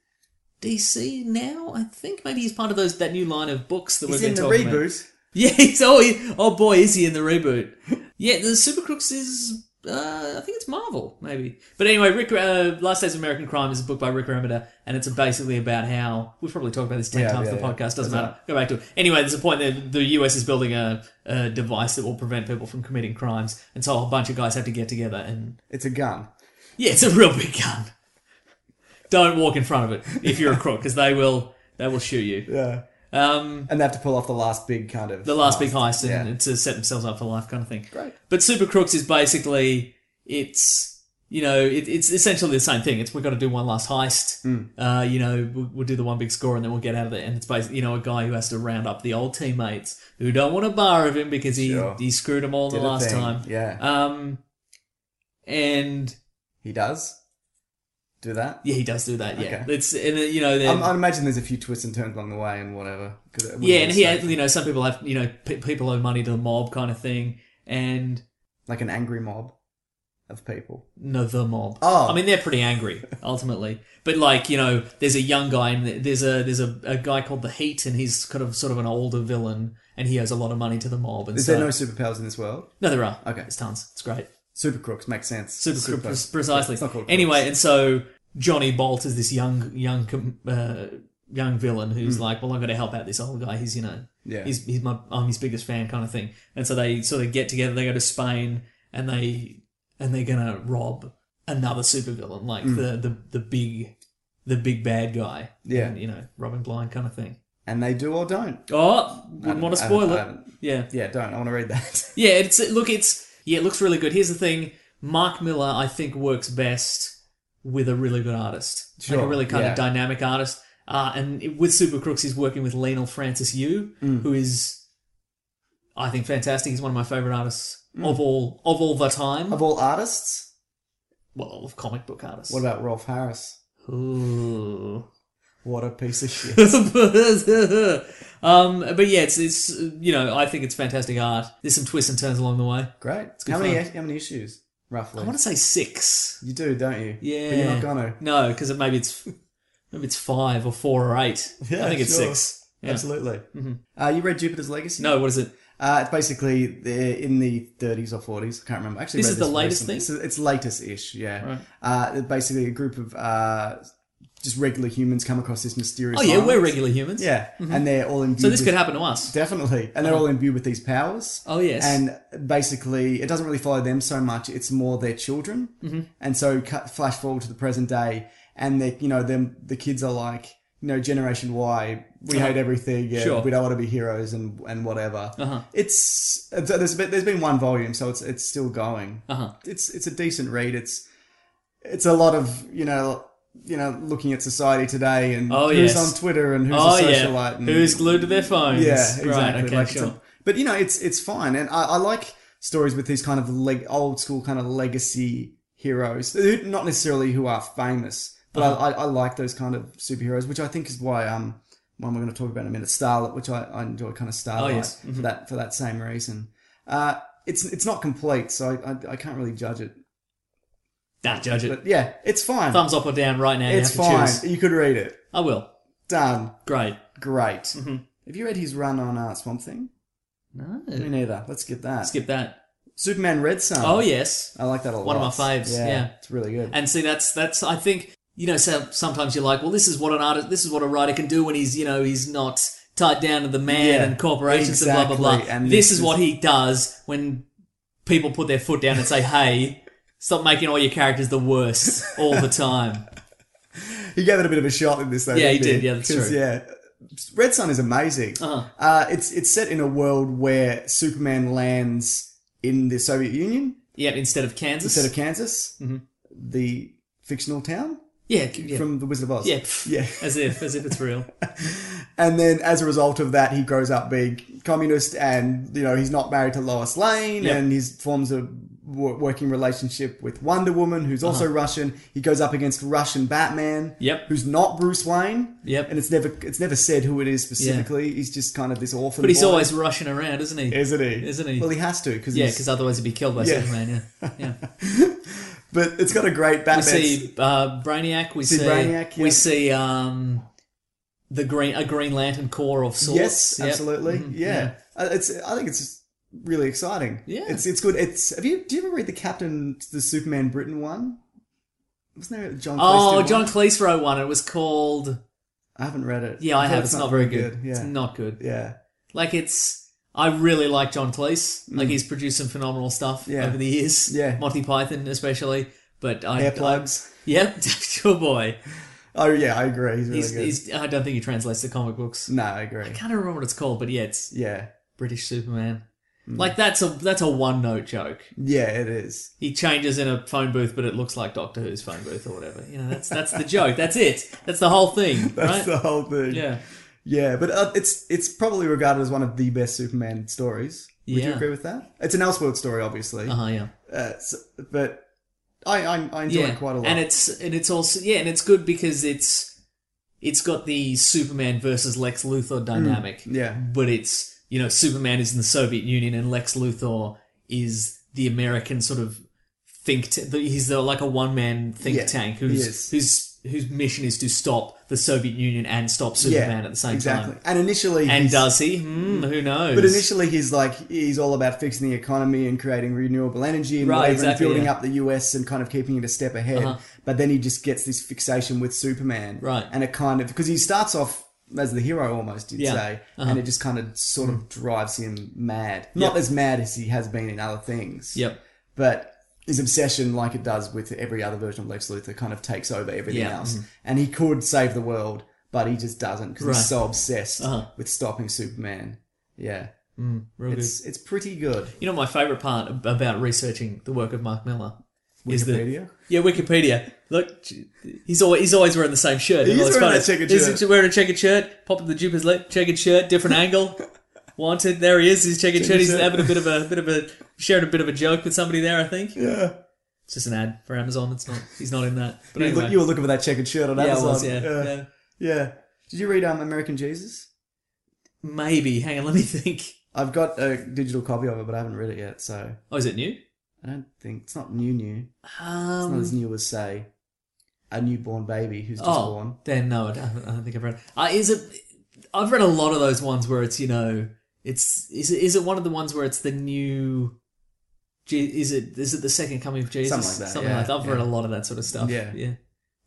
DC now, I think. Maybe he's part of those that new line of books that He's we've in been the talking about. reboot. Yeah, he's oh, he, oh boy, is he in the reboot? Yeah, the Super Crooks is uh, I think it's Marvel maybe. But anyway, Rick uh, Last Days of American Crime is a book by Rick Remender, and it's basically about how we've probably talked about this ten Yeah, times in yeah, the yeah. podcast. Doesn't matter. Go back to it. Anyway, there's a point that the US is building a, a device that will prevent people from committing crimes, and so a whole bunch of guys have to get together and It's a gun. yeah, it's a real big gun. Don't walk in front of it if you're a crook, because they will they will shoot you. Yeah. Um, And they have to pull off the last big kind of the last big heist and Yeah. to set themselves up for life kind of thing. Great. But Super Crooks is basically it's you know it, it's essentially the same thing. It's we've got to do one last heist. Hmm. Uh, you know we'll, we'll do the one big score and then we'll get out of it. And it's basically you know a guy who has to round up the old teammates who don't want to bar of him because he Sure. he screwed them all Did the a last thing. time. Yeah. Um, and he does. Do that. yeah, he does do that. Yeah, Okay. it's and uh, you know then. I'm, I imagine there's a few twists and turns along the way and whatever. 'cause it wouldn't yeah, be and the he, same had- you know, some people have, you know, pe- people owe money to the mob kind of thing, and like an angry mob of people. No, the mob. Oh. I mean, they're pretty angry ultimately, but like you know, there's a young guy and there's a there's a, a guy called the Heat, and he's kind of sort of an older villain, and he owes a lot of money to the mob. And Is so, there no superpowers in this world? no, there are. Okay. it's tons. It's great. Super crooks makes sense. Super, Super- pre- precisely. It's not called anyway, crooks. and so Johnny Bolt is this young young com- uh, young villain who's like, well, I'm going to help out this old guy. He's you know, Hmm. Yeah. he's he's my I'm his biggest fan kind of thing. And so they sort of get together. They go to Spain and they and they're gonna rob another supervillain, like Hmm. the, the the big the big bad guy. Yeah. And, you know, Robin Blind kind of thing. And they do or don't. Oh, wouldn't haven't- want to I haven't- spoil I it. haven't. Yeah. Yeah, don't. I want to read that. Yeah, it's look, it's yeah, it looks really good. Here's the thing: Mark Miller, I think, works best with a really good artist, like Sure, a really kind yeah. of dynamic artist. Uh, and it- with Super Crooks, he's working with Lionel Francis Yu, Mm. who is, I think, fantastic. He's one of my favorite artists of all of all the time. Mm. of all artists, well, of comic book artists. what about Rolf Harris? Ooh. What a piece of shit. um, but yeah, it's it's you know I think it's fantastic art. There's some twists and turns along the way. Great. good how many fun. how many issues roughly? I want to say six. You do, don't you? Yeah, But you're not gonna. No, because maybe it's maybe it's five or four or eight. Yeah, I think it's sure. six. Yeah. Mm-hmm. Absolutely. Uh, you read Jupiter's Legacy? No, what is it? Uh, it's basically the, in the 30s or 40s. I can't remember. I Actually, This read is the latest recently. thing? It's, it's latest-ish. Yeah. Uh, they're basically, a group of uh, just regular humans come across this mysterious. Oh yeah, island. we're Mm-hmm. regular humans. Yeah, and they're all imbued. So this with- could happen to us. Definitely, and they're Uh-huh. all imbued with these powers. Oh, yes. and basically, it doesn't really follow them so much. It's more their children, mm-hmm. and so cut, flash forward to the present day, and they, you know, them the kids are like, you know, Generation Y, we hate everything, yeah, Oh, Sure. we don't want to be heroes, and and whatever. Uh-huh. It's, it's there's been, there's been one volume, so it's it's still going. Uh-huh. It's it's a decent read. It's it's a lot of you know. You know, looking at society today and Oh, who's yes. on Twitter and who's oh a socialite. yeah, And who's glued to their phones? yeah, Right. exactly. Okay. Like, it's a- sure. but you know, it's it's fine, and I, I like stories with these kind of leg, old school kind of legacy heroes, who- not necessarily who are famous, but Uh-huh. I, I, I like those kind of superheroes, which I think is why um one we're going to talk about in a minute, Starlet, which I, I enjoy kind of Starlight Oh, yes. Mm-hmm. for that for that same reason. Uh, it's it's not complete, so I, I I can't really judge it. Nah, judge it. But yeah, it's fine. Thumbs up or down right now. it's you have to fine. Choose. You could read it. I will. Done. Great. Great. Have you read his run on uh, Swamp Thing? Mm-hmm. No. Me neither. Let's get that. Skip that. Superman Red Sun. Oh yes. I like that a lot. One of my faves, yeah. It's really good. And see, that's that's. I think you know. So sometimes you're like, well, this is what an artist, this is what a writer can do when he's you know he's not tied down to the man Yeah, and corporations and blah blah blah. exactly. And this, this is, is- what he does when people put their foot down and say, hey, stop making all your characters the worst all the time. he gave it a bit of a shot in this though. Yeah, he didn't did. Yeah, that's 'Cause, true. Uh-huh. Yeah. Red Sun is amazing. uh it's it's set in a world where Superman lands in the Soviet Union yeah, instead of Kansas. instead of Kansas, Mm-hmm. the fictional town yeah, yeah. from The Wizard of Oz. yeah, pff, Yeah. as if as if it's real. And then as a result of that, he grows up being communist and, you know, he's not married to Lois Lane Yep. and he forms a w- working relationship with Wonder Woman, who's also Russian. He goes up against Russian Batman. Uh-huh. Yep. Who's not Bruce Wayne. Yep. And it's never, it's never said who it is specifically. He's just kind of this orphan. But he's boy. always rushing around, isn't he? Isn't he? Isn't he? Well, he has to because yeah, he's, because otherwise he'd be killed by Yeah. Superman. Yeah, yeah. but it's got a great Batman. We see uh, Brainiac. We see, See Brainiac, We yeah. see um, the green a Green Lantern core of sorts. Yes, Yep. absolutely. Mhm, Yeah. Uh, It's. I think it's just really exciting. Yeah. It's it's good. It's. Have you? Do you ever read the Captain, the Superman Britain one? Wasn't there a John? Cleese Oh, did John one? Cleese wrote one. It was called. I haven't read it. Yeah, I heard have. It's not very good. Yeah. It's not good. Yeah. Like it's. I really like John Cleese. Like he's produced some phenomenal stuff Mm. Yeah. over the years. Yeah. Monty Python especially. But I. Hair plugs. I- yep. Sure boy. Oh yeah, I agree. He's really He's, good. Mm. he's, I don't think he translates to comic books. no, I agree. I can't remember what it's called, but yeah, it's Yeah. British Superman. Mm. Like that's a that's a one note joke. Yeah, it is. he changes in a phone booth, but it looks like Doctor Who's phone booth or whatever. You know, that's that's the joke. That's it. That's the whole thing, That's right? the whole thing. yeah. Yeah, but uh, it's it's probably regarded as one of the best Superman stories. Would you Yeah. agree with that? It's an Elseworld story, obviously. Uh huh. Yeah. Uh, so, but I I, I enjoy Yeah. it quite a lot. And it's and it's also yeah, and it's good because it's it's got the Superman versus Lex Luthor dynamic. Hmm. yeah. But it's you know Superman is in the Soviet Union and Lex Luthor is the American sort of think. T- the, he's the, like a one man think Yeah, tank he whose is. whose whose mission is to stop the Soviet Union and stop Superman at the same exactly. time. And initially, And he's- does he? Hmm, who knows? But initially, he's like he's all about fixing the economy and creating renewable energy and Right, whatever, exactly, and building yeah. up the US and kind of keeping it a step ahead. But then he just gets this fixation with Superman, Uh-huh. Right. And it kind of because he starts off as the hero almost, you'd Yeah. Uh-huh. Hmm. say, and it just kind of sort of drives him mad. Not Yep. as mad as he has been in other things, yep. But his obsession, like it does with every other version of Lex Luthor, kind of takes over everything Yeah. Mm-hmm. else. And he could save the world, but he just doesn't because Right. he's so obsessed Uh-huh. with stopping Superman. Yeah, Real good. it's it's pretty good. You know, my favorite part ab- about researching the work of Mark Miller is that Wikipedia? yeah, Wikipedia. Look, he's always he's always wearing the same shirt. He's Oh, it's wearing funny. a checkered He's shirt. wearing a checkered shirt. Popping the Jupiter's lip, checkered shirt, different angle. Wanted. There he is. His checkered, shirt. He's shirt. having a bit of a bit of a sharing a bit of a joke with somebody there. I think. Yeah. It's just an ad for Amazon. It's not. He's not in that. But You, anyway. look, you were looking for that checkered shirt on yeah, I Amazon. was, yeah, yeah. yeah. Yeah. Did you read um, American Jesus? Maybe. Hang on. Let me think. I've got a digital copy of it, but I haven't read it yet, so Oh, is it new? I don't think it's not new new. It's not Um, as new as say a newborn baby who's just oh, born. then no, I don't, I don't think I've read. Uh, is it? I've read a lot of those ones where it's you know, it's is it, is it one of the ones where it's the new. Je- Is it is it the second coming of Jesus? Something like that, yeah, like that. I've read yeah. a lot of that sort of stuff. Yeah. yeah,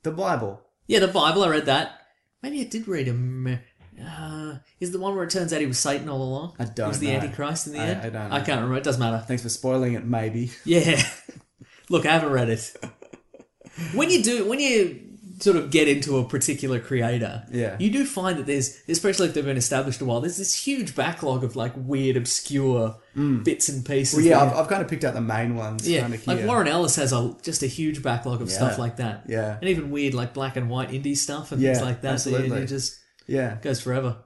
The Bible. yeah. The Bible. I read that. Maybe I did read a. Uh, is it the one where it turns out he was Satan all along? I don't He was the know. Antichrist in the I- end. I don't I know. can't remember. It doesn't matter. Thanks for spoiling it, maybe. Yeah. Look, I haven't read it. When you do, when you sort of get into a particular creator, Yeah. you do find that there's, especially if they've been established a while, there's this huge backlog of like weird, obscure bits and Mm. pieces. Well, yeah, that- I've, I've kind of picked out the main ones. yeah, kind of like here. Warren Ellis has a just a huge backlog of stuff like that. Yeah. and even weird like black and white indie stuff and Yeah, things like that. that you- absolutely. it just Yeah, goes forever.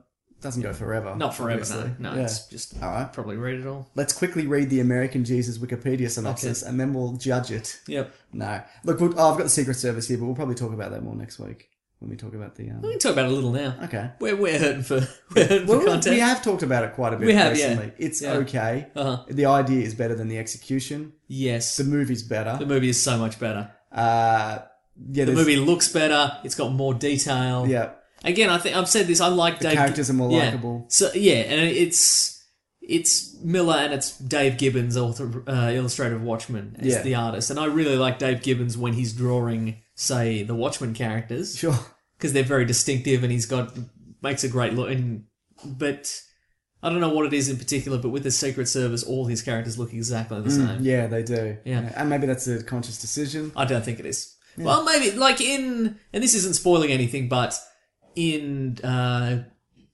doesn't go forever. Not forever, obviously. no. No, Yeah. it's just All right. probably read it all. Let's quickly read the American Jesus Wikipedia synopsis, and then we'll judge it. Yep. No, look, we'll, oh, I've got the Secret Service here, but we'll probably talk about that more next week when we talk about the. Um, We can talk about it a little now. okay. We're, we're hurting for we're hurting Well, for content. we, we have talked about it quite a bit We have, yeah. recently. It's Yeah. okay. Uh-huh. The idea is better than the execution. yes, The movie's better. The movie is so much better. uh, yeah, The there's- movie looks better. It's got more detail. Yeah, Again, I think I've said this. I like Dave. characters are more yeah. likable. So yeah, and it's it's Miller and it's Dave Gibbons, author, uh, illustrator of Watchmen, as Yeah. the artist. And I really like Dave Gibbons when he's drawing, say, the Watchmen characters sure. because they're very distinctive, and he's got makes a great look. And but I don't know what it is in particular, but with the Secret Service, all his characters look exactly the same. Yeah, they do. Yeah. and maybe that's a conscious decision. I don't think it is. Well, maybe like in, and this isn't spoiling anything, but in uh,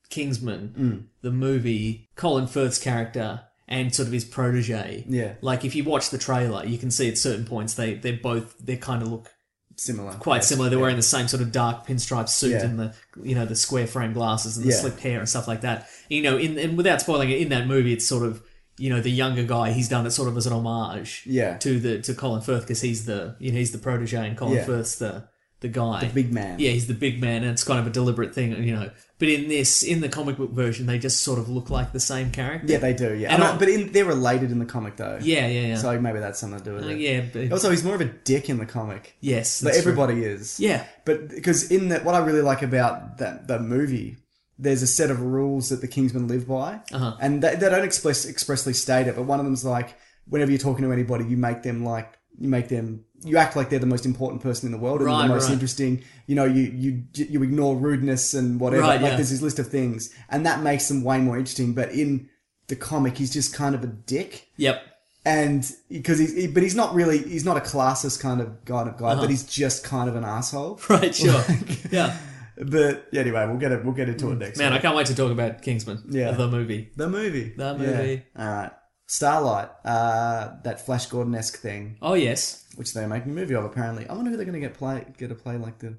Kingsman, Mm. the movie, Colin Firth's character and sort of his protege. Yeah. Like if you watch the trailer, you can see at certain points they they both they kind of look Similar, quite Yes. similar. They're wearing the same sort of dark pinstripe suit Yeah. and the you know the square frame glasses and the Yeah. slicked hair and stuff like that. You know, in and without spoiling it, in that movie, it's sort of you know the younger guy. He's done it sort of as an homage, Yeah. to the to Colin Firth because he's the you know he's the protege and Colin Yeah. Firth's the the guy, The big man. Yeah, he's the big man, and it's kind of a deliberate thing, you know. But in this, in the comic book version, they just sort of look like the same character. Yeah, they do. Yeah, And I I- mean, but in, they're related in the comic though. yeah, yeah, yeah. so maybe that's something to do with Uh, it. yeah, but, Also, he's more of a dick in the comic. yes, But that's everybody is. true. Yeah, But because in that, what I really like about that the movie, there's a set of rules that the Kingsmen live by, Uh-huh. and they, they don't express, expressly state it. But one of them's like, whenever you're talking to anybody, you make them like you make them you act like they're the most important person in the world and Right, the most right. interesting. You know, you you you ignore rudeness and whatever. Right, like yeah. there's this list of things, and that makes them way more interesting. But in the comic, he's just kind of a dick yep. and because he's he, but he's not really he's not a classist kind of kind of Uh-huh. guy but he's just kind of an asshole Right, sure. yeah. but anyway we'll get it we'll get into it next Mm. Man, I week. can't wait to talk about Kingsman. Yeah. The movie. the movie The movie. all right starlight uh that flash gordon-esque thing Oh, yes. which they're making a movie of apparently i wonder who they're gonna get play get to play like the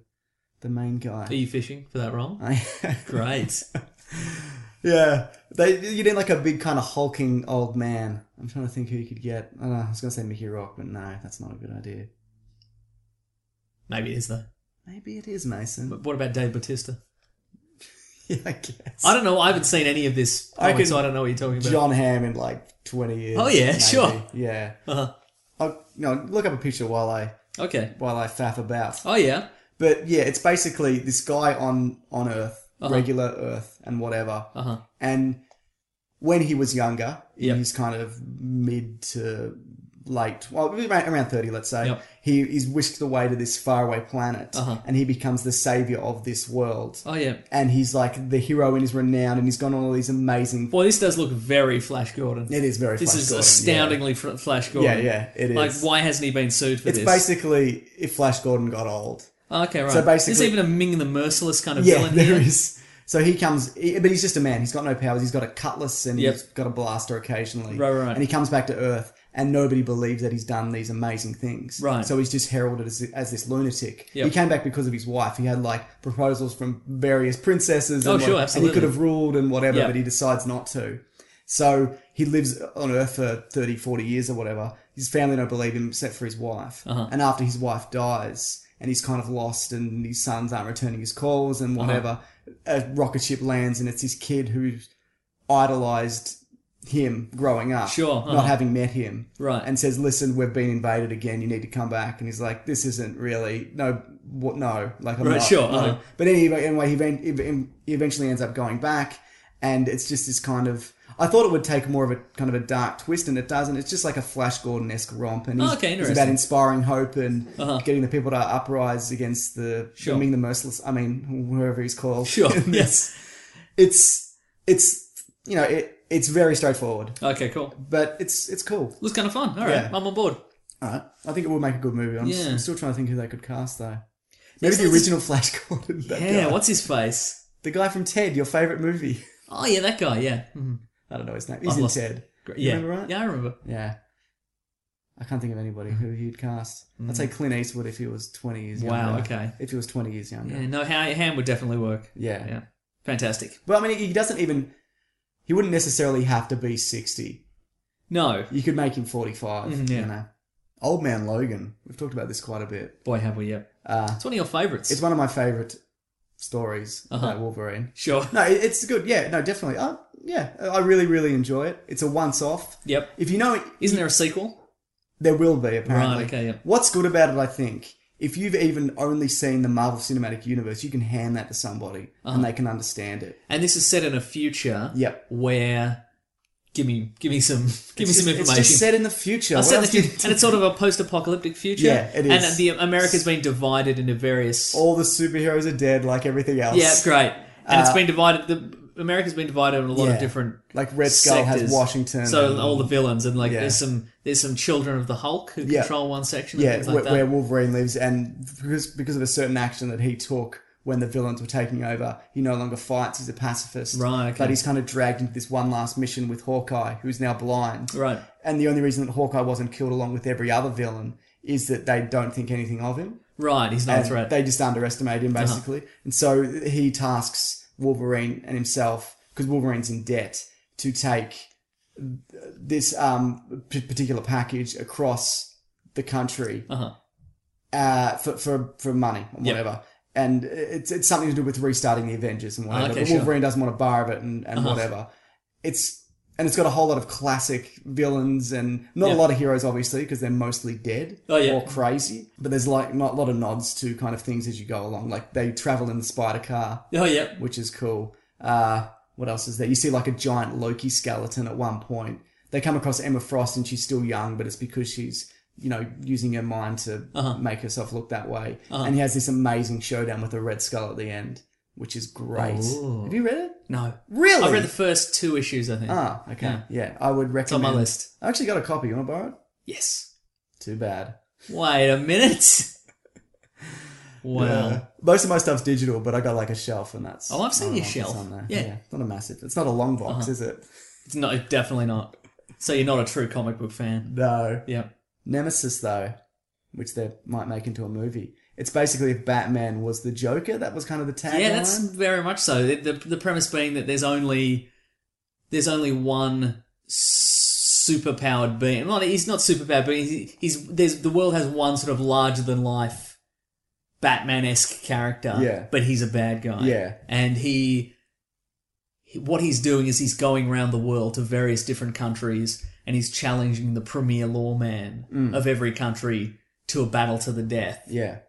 the main guy Are you fishing for that Uh. wrong? Great. yeah they you need like a big kind of hulking old man i'm trying to think who you could get i don't know i was gonna say mickey rock but no that's not a good idea Maybe it is, though. maybe it is mason But what about Dave Batista? yeah i guess I don't know. I haven't seen any of this, I comic, can- so I don't know what you're talking about. John Hamm in like 20 years. Oh, yeah, sure. Yeah. Uh-huh. I'll, no, look up a picture while I Okay. while I faff about. Oh, yeah. But yeah, it's basically this guy on on Earth, regular Earth, and whatever. Uh-huh. And when he was younger, in Yep. his kind of mid to late, well, around around 30, let's say, Yep. Uh-huh. he is whisked away to this faraway planet and he becomes the savior of this world. Oh yeah. And he's like the hero and is renowned and he's gone on all these amazing. Boy, this does look very Flash Gordon. it is very this Flash is Gordon, yeah. astoundingly fr- Flash Gordon. Yeah, yeah, it like, is. why hasn't he been sued for It's this? Oh, basically if Flash Gordon got old. okay, right. So there's basically- even a Ming the Merciless kind of Yeah, villain there here. is. So he comes, he- but he's just a man. He's got no powers. He's got a cutlass and Yep. he's got a blaster occasionally. Right, right, right. And he comes back to Earth, and nobody believes that he's done these amazing things. Right. So he's just heralded as, as this lunatic. Yep. He came back because of his wife. He had like proposals from various princesses. Oh, and sure, whatever, absolutely. And he could have ruled and whatever, Yeah. but he decides not to. So he lives on Earth for 30, 40 years or whatever. His family don't believe him except for his wife. And after his wife dies and he's kind of lost and his sons aren't returning his calls and whatever, a rocket ship lands and it's his kid who idolized him growing up. Sure, uh-huh. Not having met him. Right. And says, listen, we've been invaded again. You need to come back. And he's like, this isn't really, no, what, no. Like, I'm Right, not. sure, no." uh-huh. But anyway, anyway he, ven- ev- he eventually ends up going back, and it's just this kind of. I thought it would take more of a kind of a dark twist, and it doesn't. It's just like a Flash Gordon esque romp, and he's, Oh, okay, it's interesting. about inspiring hope and getting the people to uprise against the Uh-huh. Sure. I mean the merciless. I mean whoever he's called. Sure. And it's- yes. It's it's you know it it's very straightforward, Okay. Cool. but it's it's cool. Looks kind of fun. All right, Yeah. I'm on board. All right, I think it will make a good movie. I'm, Yeah. am still trying to think who they could cast though. Maybe Yes, the that's- original Flash Gordon. that Yeah. guy. What's his face? the guy from Ted? Your favorite movie? Oh yeah, that guy. Yeah. Mhm. I don't know his name. He's I've in lost- Ted. You yeah. remember right? Yeah, Mm-hmm. I remember. Yeah. I can't think of anybody who he'd cast. I'd say Clint Eastwood if he was 20 years younger. Mm. Wow, okay. If he was 20 years younger. Yeah. No, Ha- Ham would definitely work. Yeah. Yeah. Fantastic. But I mean, he doesn't even. He wouldn't necessarily have to be 60. No. You could make him 45. Mhm, yeah. You know. Old Man Logan. We've talked about this quite a bit. Boy, have we? Yeah. Uh, It's one of your favorites. it's one of my favorite stories Uh-huh. about Wolverine. Sure. No, it- it's good. Yeah, no, definitely. Uh, yeah, I really, really enjoy it. It's a once off. Yep. If you know Isn't there a sequel? There will be, apparently. Right, okay, yeah. What's good about it, I think, if you've even only seen the Marvel Cinematic Universe, you can hand that to somebody Uh-huh. and they can understand it. And this is set in a future. Yep. Where, give me, give me some, give me It's some just- information. It's just set in the future. I'll What set else the do fu- you- and it's sort of a post-apocalyptic future. Yeah, it is. And the America's been divided into various. All the superheroes are dead, like everything else. yeah, great. And it's been divided. The America's been divided in a lot Uh, Yeah. of different. Like Red Skull has sectors. Washington So and- all the villains and like Yeah. there's some there's some children of the Hulk who Yeah. control one section. And Yeah, things where, like that. where Wolverine lives, and because because of a certain action that he took when the villains were taking over, he no longer fights. He's a pacifist, Right, okay. But he's kind of dragged into this one last mission with Hawkeye, who's now blind, Right. And the only reason that Hawkeye wasn't killed along with every other villain is that they don't think anything of him. right, he's not a And threat. They just underestimate Uh-huh. him basically, and so he tasks Wolverine and himself because Wolverine's in debt to take this um, p- particular package across the country Uh-huh. uh, for, for for money or Yep. whatever. And it's it's something to do with restarting the Avengers and whatever. Okay, but sure. Uh-huh. Wolverine doesn't want to borrow it and, and whatever. It's and it's got a whole lot of classic villains and not Yeah. a lot of heroes, obviously, because they're mostly dead Oh, yeah. or crazy. But there's like not a lot of nods to kind of things as you go along. Like they travel in the spider car, oh yeah. which is cool. Uh, what else is there? You see like a giant Loki skeleton at one point. They come across Emma Frost and she's still young, but it's because she's, you know, using her mind to Uh-huh. make herself look that way. And he has this amazing showdown with the Red Skull at the end, which is great. Have you read it? No. Really? I read the first two issues. I think. Ah, okay. Yeah. Yeah. I would recommend. It's on my list. I actually got a copy. You want to borrow it? Yes. Too bad. Wait a minute. wow. Yeah. Most of my stuff's digital, but I got like a shelf, and that's. Oh, I've seen I don't know your if it's shelf. on there. Yeah. Uh-huh. It's not a massive. It's not a long box, is it? It's not definitely not. So you're not a true comic book fan. No. Yeah. Nemesis, though, which they might make into a movie. It's basically if Batman was the Joker. That was kind of the tagline. Yeah, that's very much so. The, the, the premise being that there's only there's only one s- superpowered being. Well, he's not superpowered, but he's, he's there's the world has one sort of larger than life Batman esque character. Yeah. but he's a bad guy. Yeah. and he, he what he's doing is he's going around the world to various different countries and he's challenging the premier lawman Mm. of every country to a battle to the death Yeah.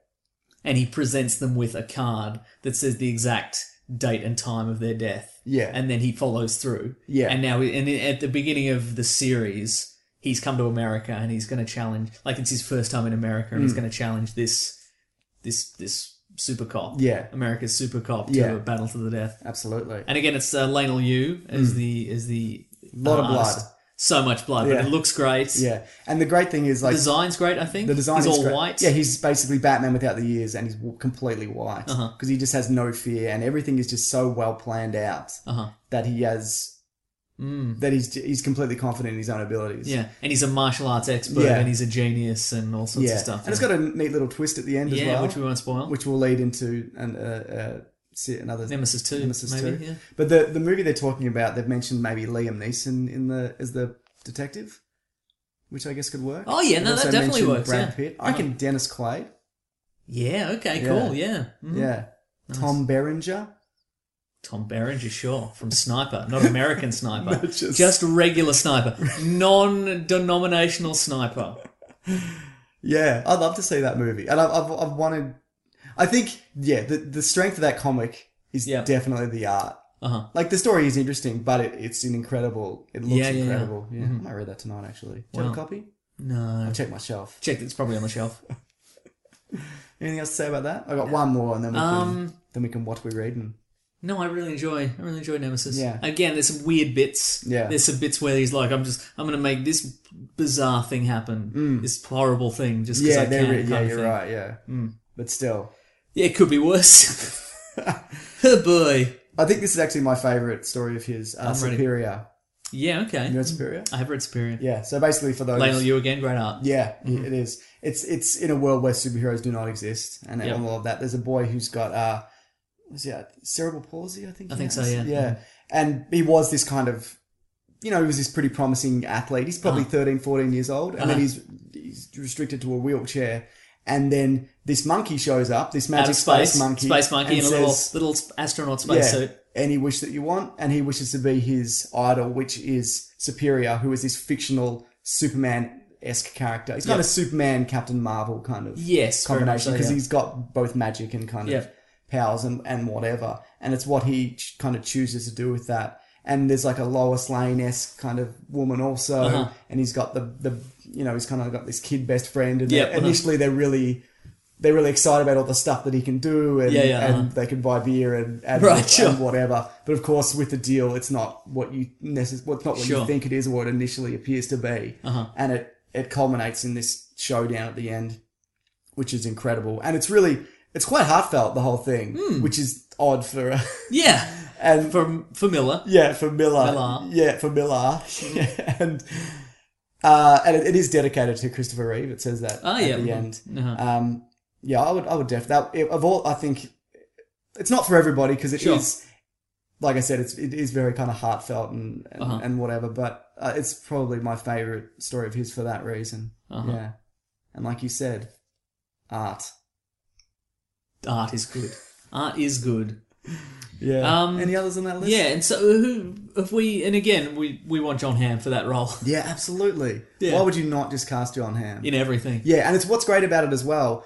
and he presents them with a card that says the exact date and time of their death. Yeah. And then he follows through. Yeah. And now, and at the beginning of the series, he's come to America and he's going to challenge. Like it's his first time in America and Mm. he's going to challenge this this this super cop. Yeah. America's super cop to Yeah. a battle to the death. Absolutely. And again, it's uh, Lionel Yu as the as the Mm. Lot of uh, blood. artist. So much blood, Yeah. but it looks great. Yeah. And the great thing is like Design's great, I think. the design He's is all great. white. Yeah, he's basically Batman without the ears, and he's w- completely white because Uh-huh. he just has no fear, and everything is just so well planned out Uh-huh. that he has Mm. that he's he's completely confident in his own abilities. Yeah, and he's a martial arts expert, Yeah. and he's a genius, and all sorts yeah. of stuff. And it's got a neat little twist at the end as yeah, well, which we won't spoil. which will lead into an, uh, uh, se- another Nemesis two, Nemesis maybe, two. yeah. But the the movie they're talking about, they've mentioned maybe Liam Neeson in the as the detective, which I guess could work. Oh, yeah, no, They've that also definitely mentioned works, Brad yeah. Uh-huh. Pitt. I reckon Dennis Quaid. yeah. Okay. Yeah. Cool. Yeah. Mm. Yeah. Tom Berenger. Tom Berenger, sure, from Sniper, not American Sniper, No, just- just... regular Sniper, non-denominational Sniper. Yeah, I'd love to see that movie, and I've I've, I've wanted. I think yeah, the the strength of that comic is Yeah. definitely the art. Uh huh. Like the story is interesting, but it, it's an incredible. It looks Yeah, yeah, yeah. incredible. Yeah, I might read that tonight actually. Do you have a Wow. copy? No, I'll check my shelf. check. It's probably on the shelf. Anything else to say about that? I got one more, and then we can Um, then we can watch we read and No, I really enjoy. I really enjoy Nemesis. Yeah. Again, there's some weird bits. Yeah. There's some bits where he's like, "I'm just, I'm gonna make this bizarre thing happen, this horrible thing, just because Mm. yeah, I they're can." re- kind yeah, of you're thing. Mm. right. Yeah, but still, Yeah, it could be worse. oh boy. I think this is actually my favorite story of his. Uh, ready. Superior. Yeah. Okay. You know Superior? I have read Superior. Yeah. So basically, for those Lionel, you again, great art. Yeah, Hmm. it is. It's it's in a world where superheroes do not exist, and Yeah. all of that. There's a boy who's got uh, was yeah cerebral palsy, I think. I he think so, has. yeah. yeah. And he was this kind of, you know, he was this pretty promising athlete. He's Uh-huh. probably thirteen, fourteen 13, 14 years old, and then he's he's restricted to a wheelchair. And then this monkey shows up, this Out magic of space, space monkey, space monkey, in a little says- little sp- astronaut spacesuit. any wish that you want, and he wishes to be his idol, which is Superior, who is this fictional Superman esque character. He's kind of Superman, Captain Marvel kind of Yes, very much combination so, because yeah. he's got both magic and kind Yeah. of powers and, and whatever. And it's what he ch- kind of chooses to do with that. And there's like a Lois Lane esque kind of woman also, Uh-huh. and he's got the the you know he's kind of got this kid best friend, and Yeah, they're- uh-huh. initially they're really they're really excited about all the stuff that he can do, and, Yeah, yeah, and uh-huh. they can buy beer and, and, Right, and sure. whatever. But of course, with the deal, it's not what you necess- what's not what you Sure. Uh-huh. think it is or what it initially appears to be, and it it culminates in this showdown at the end, which is incredible, and it's really it's quite heartfelt the whole thing, Hmm. which is odd for a- Yeah. and From for Miller. yeah, for Miller. Miller. Yeah, for Miller. and uh, and it, it is dedicated to Christopher Reeve. It says that Oh, at yeah. the end. Uh-huh. Um, yeah, I would I would def that of all. I think it's not for everybody because it is Sure. like I said, it's it is very kind of heartfelt and and, Uh-huh. and whatever. But uh, it's probably my favorite story of his for that reason. Uh-huh. Yeah, and like you said, art. Art is good. Art is good. Yeah. Um, Any others on that list? Yeah, and so uh, who if we and again we we want John Hamm for that role Yeah, absolutely. Yeah. Why would you not just cast John Hamm? in everything. Yeah, and it's what's great about it as well.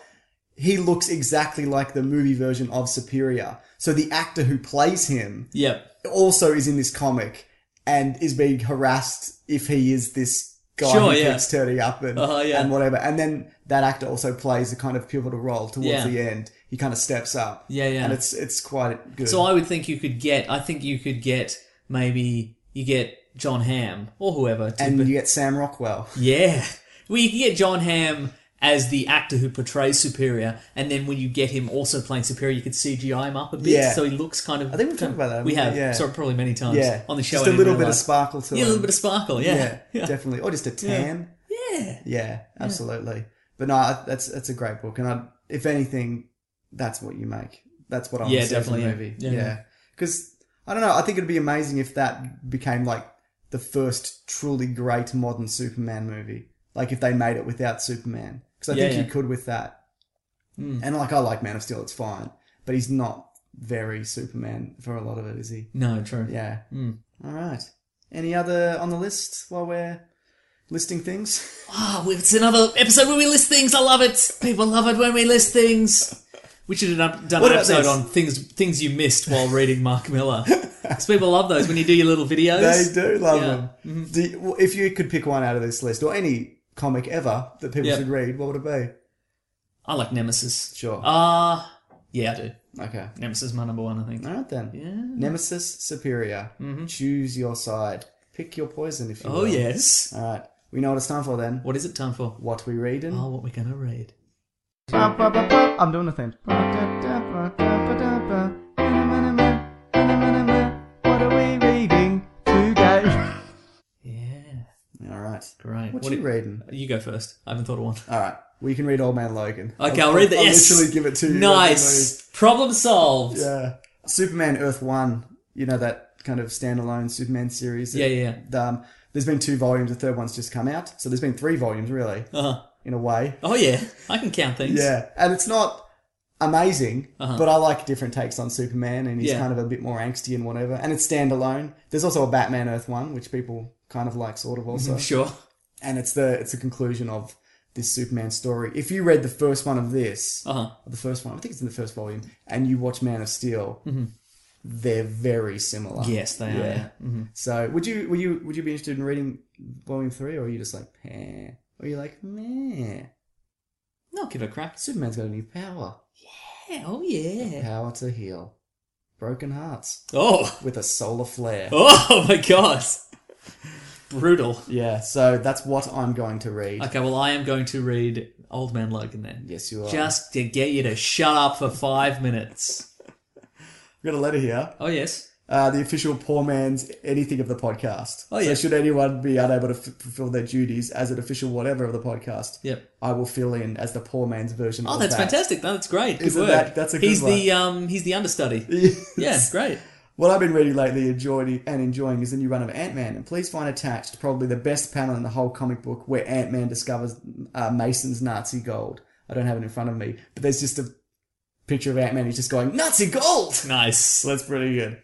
He looks exactly like the movie version of Superior. So the actor who plays him Yep. also is in this comic and is being harassed if he is this guy Sure, who yeah. keeps turning up and, Uh-huh, yeah. and whatever. And then that actor also plays a kind of pivotal role towards Yeah. the end. He kind of steps up. Yeah, yeah. And it's it's quite good. So I would think you could get. I think you could get maybe you get John Hamm or whoever. To, and you get Sam Rockwell. yeah, well, you can get John Hamm as the actor who portrays Superior, and then when you get him also playing Superior, you could CGI him up a bit, Yeah. so he looks kind of. I think we've talked about that, We haven't have. we? Yeah. Sorry, probably many times. Yeah. on the show. Just a and in little real bit of life. sparkle to Yeah, a him. little bit of sparkle. Yeah, yeah, definitely. Or just a tan. Yeah. Yeah, absolutely. But no, I- that's that's a great book, and I, if anything, that's what you make. That's what I want Yeah, to see from the definitely, movie. yeah. Yeah, Yeah, yeah. because I don't know. I think it'd be amazing if that became like the first truly great modern Superman movie. Like if they made it without Superman, because I Yeah, think yeah. you could with that. Hmm. And like I like Man of Steel, it's fine, but he's not very Superman for a lot of it, is he? No, true. Yeah. All right. Any other on the list while we're listing things? Ah, it's another episode where we list things. I love it. People love it when we list things. We should have done What about an episode this? on things things you missed while reading Mark Miller. Because people love those when you do your little They videos. do love Yeah. them. Do you- well, if you could pick one out of this list or any comic ever that people Yeah. should read, what would it I like Nemesis. Sure. Uh, yeah, I do. be? Okay. Nemesis is my number one, I think. All right then. Nemesis Superior. Choose your side. Pick your poison if you Oh, will. yes. All right. We know what it's time for then. What is it time for? What we reading? Oh, what we're going to read. I'm doing the thing. What are we reading today? Yeah. All right. Great. What, What you do- reading? You go first. I haven't thought of one. All right. We can read Old Man Logan. Okay, I'll, read that. I'll yes. literally give it to you. Nice. Problem solved. Yeah. Yeah. uh, Superman Earth One. You know that kind of standalone Superman series. Yeah, yeah, Um, there's been two volumes. The third one's just come out. So there's been three volumes, really, Uh-huh. in a way. Oh, yeah. I can count things. Yeah, and it's not amazing, but I like different takes on Superman, and he's Uh-huh. Yeah. kind of a bit more angsty and whatever. And it's standalone. There's also a Batman Earth one, which people kind of like, sort of also. Mm-hmm. Sure. and it's the it's the conclusion of this Superman story. If you read the first one of this, Uh-huh. the first one, I think it's in the first volume, and you watch Man of Steel, they're very similar. Yes, they are. Mm-hmm. Yeah. Mm-hmm. So would you would you would you be interested in reading volume three, or are you just like, eh? Or are you like, meh? No, I'll give it a crack. Superman's got a new power. Hell yeah. Power to heal. Broken hearts. Oh. With a solar flare. Oh, my gosh. Brutal. Yeah, so that's what I'm going to read. Okay, well, I am going to read Old Man Logan then. Yes, you are. Just to get you to shut up for five minutes. We've got a letter here. Oh, yes. Uh, the official poor man's anything of the podcast. Oh, yeah. So should anyone be unable to f- fulfill their duties as an official whatever of the podcast, Yep. I will fill in as the poor man's version Oh, of that's that. fantastic. No, that's great. Good Isn't work. that- that's a good he's the one. um he's the understudy. Yeah, great. What I've been reading lately enjoying and enjoying is the new run of Ant Man, and please find attached probably the best panel in the whole comic book where Ant Man discovers uh, Mason's Nazi gold. I don't have it in front of me, but there's just a picture of Ant Man. He's just going Nazi gold. Nice. So that's pretty good.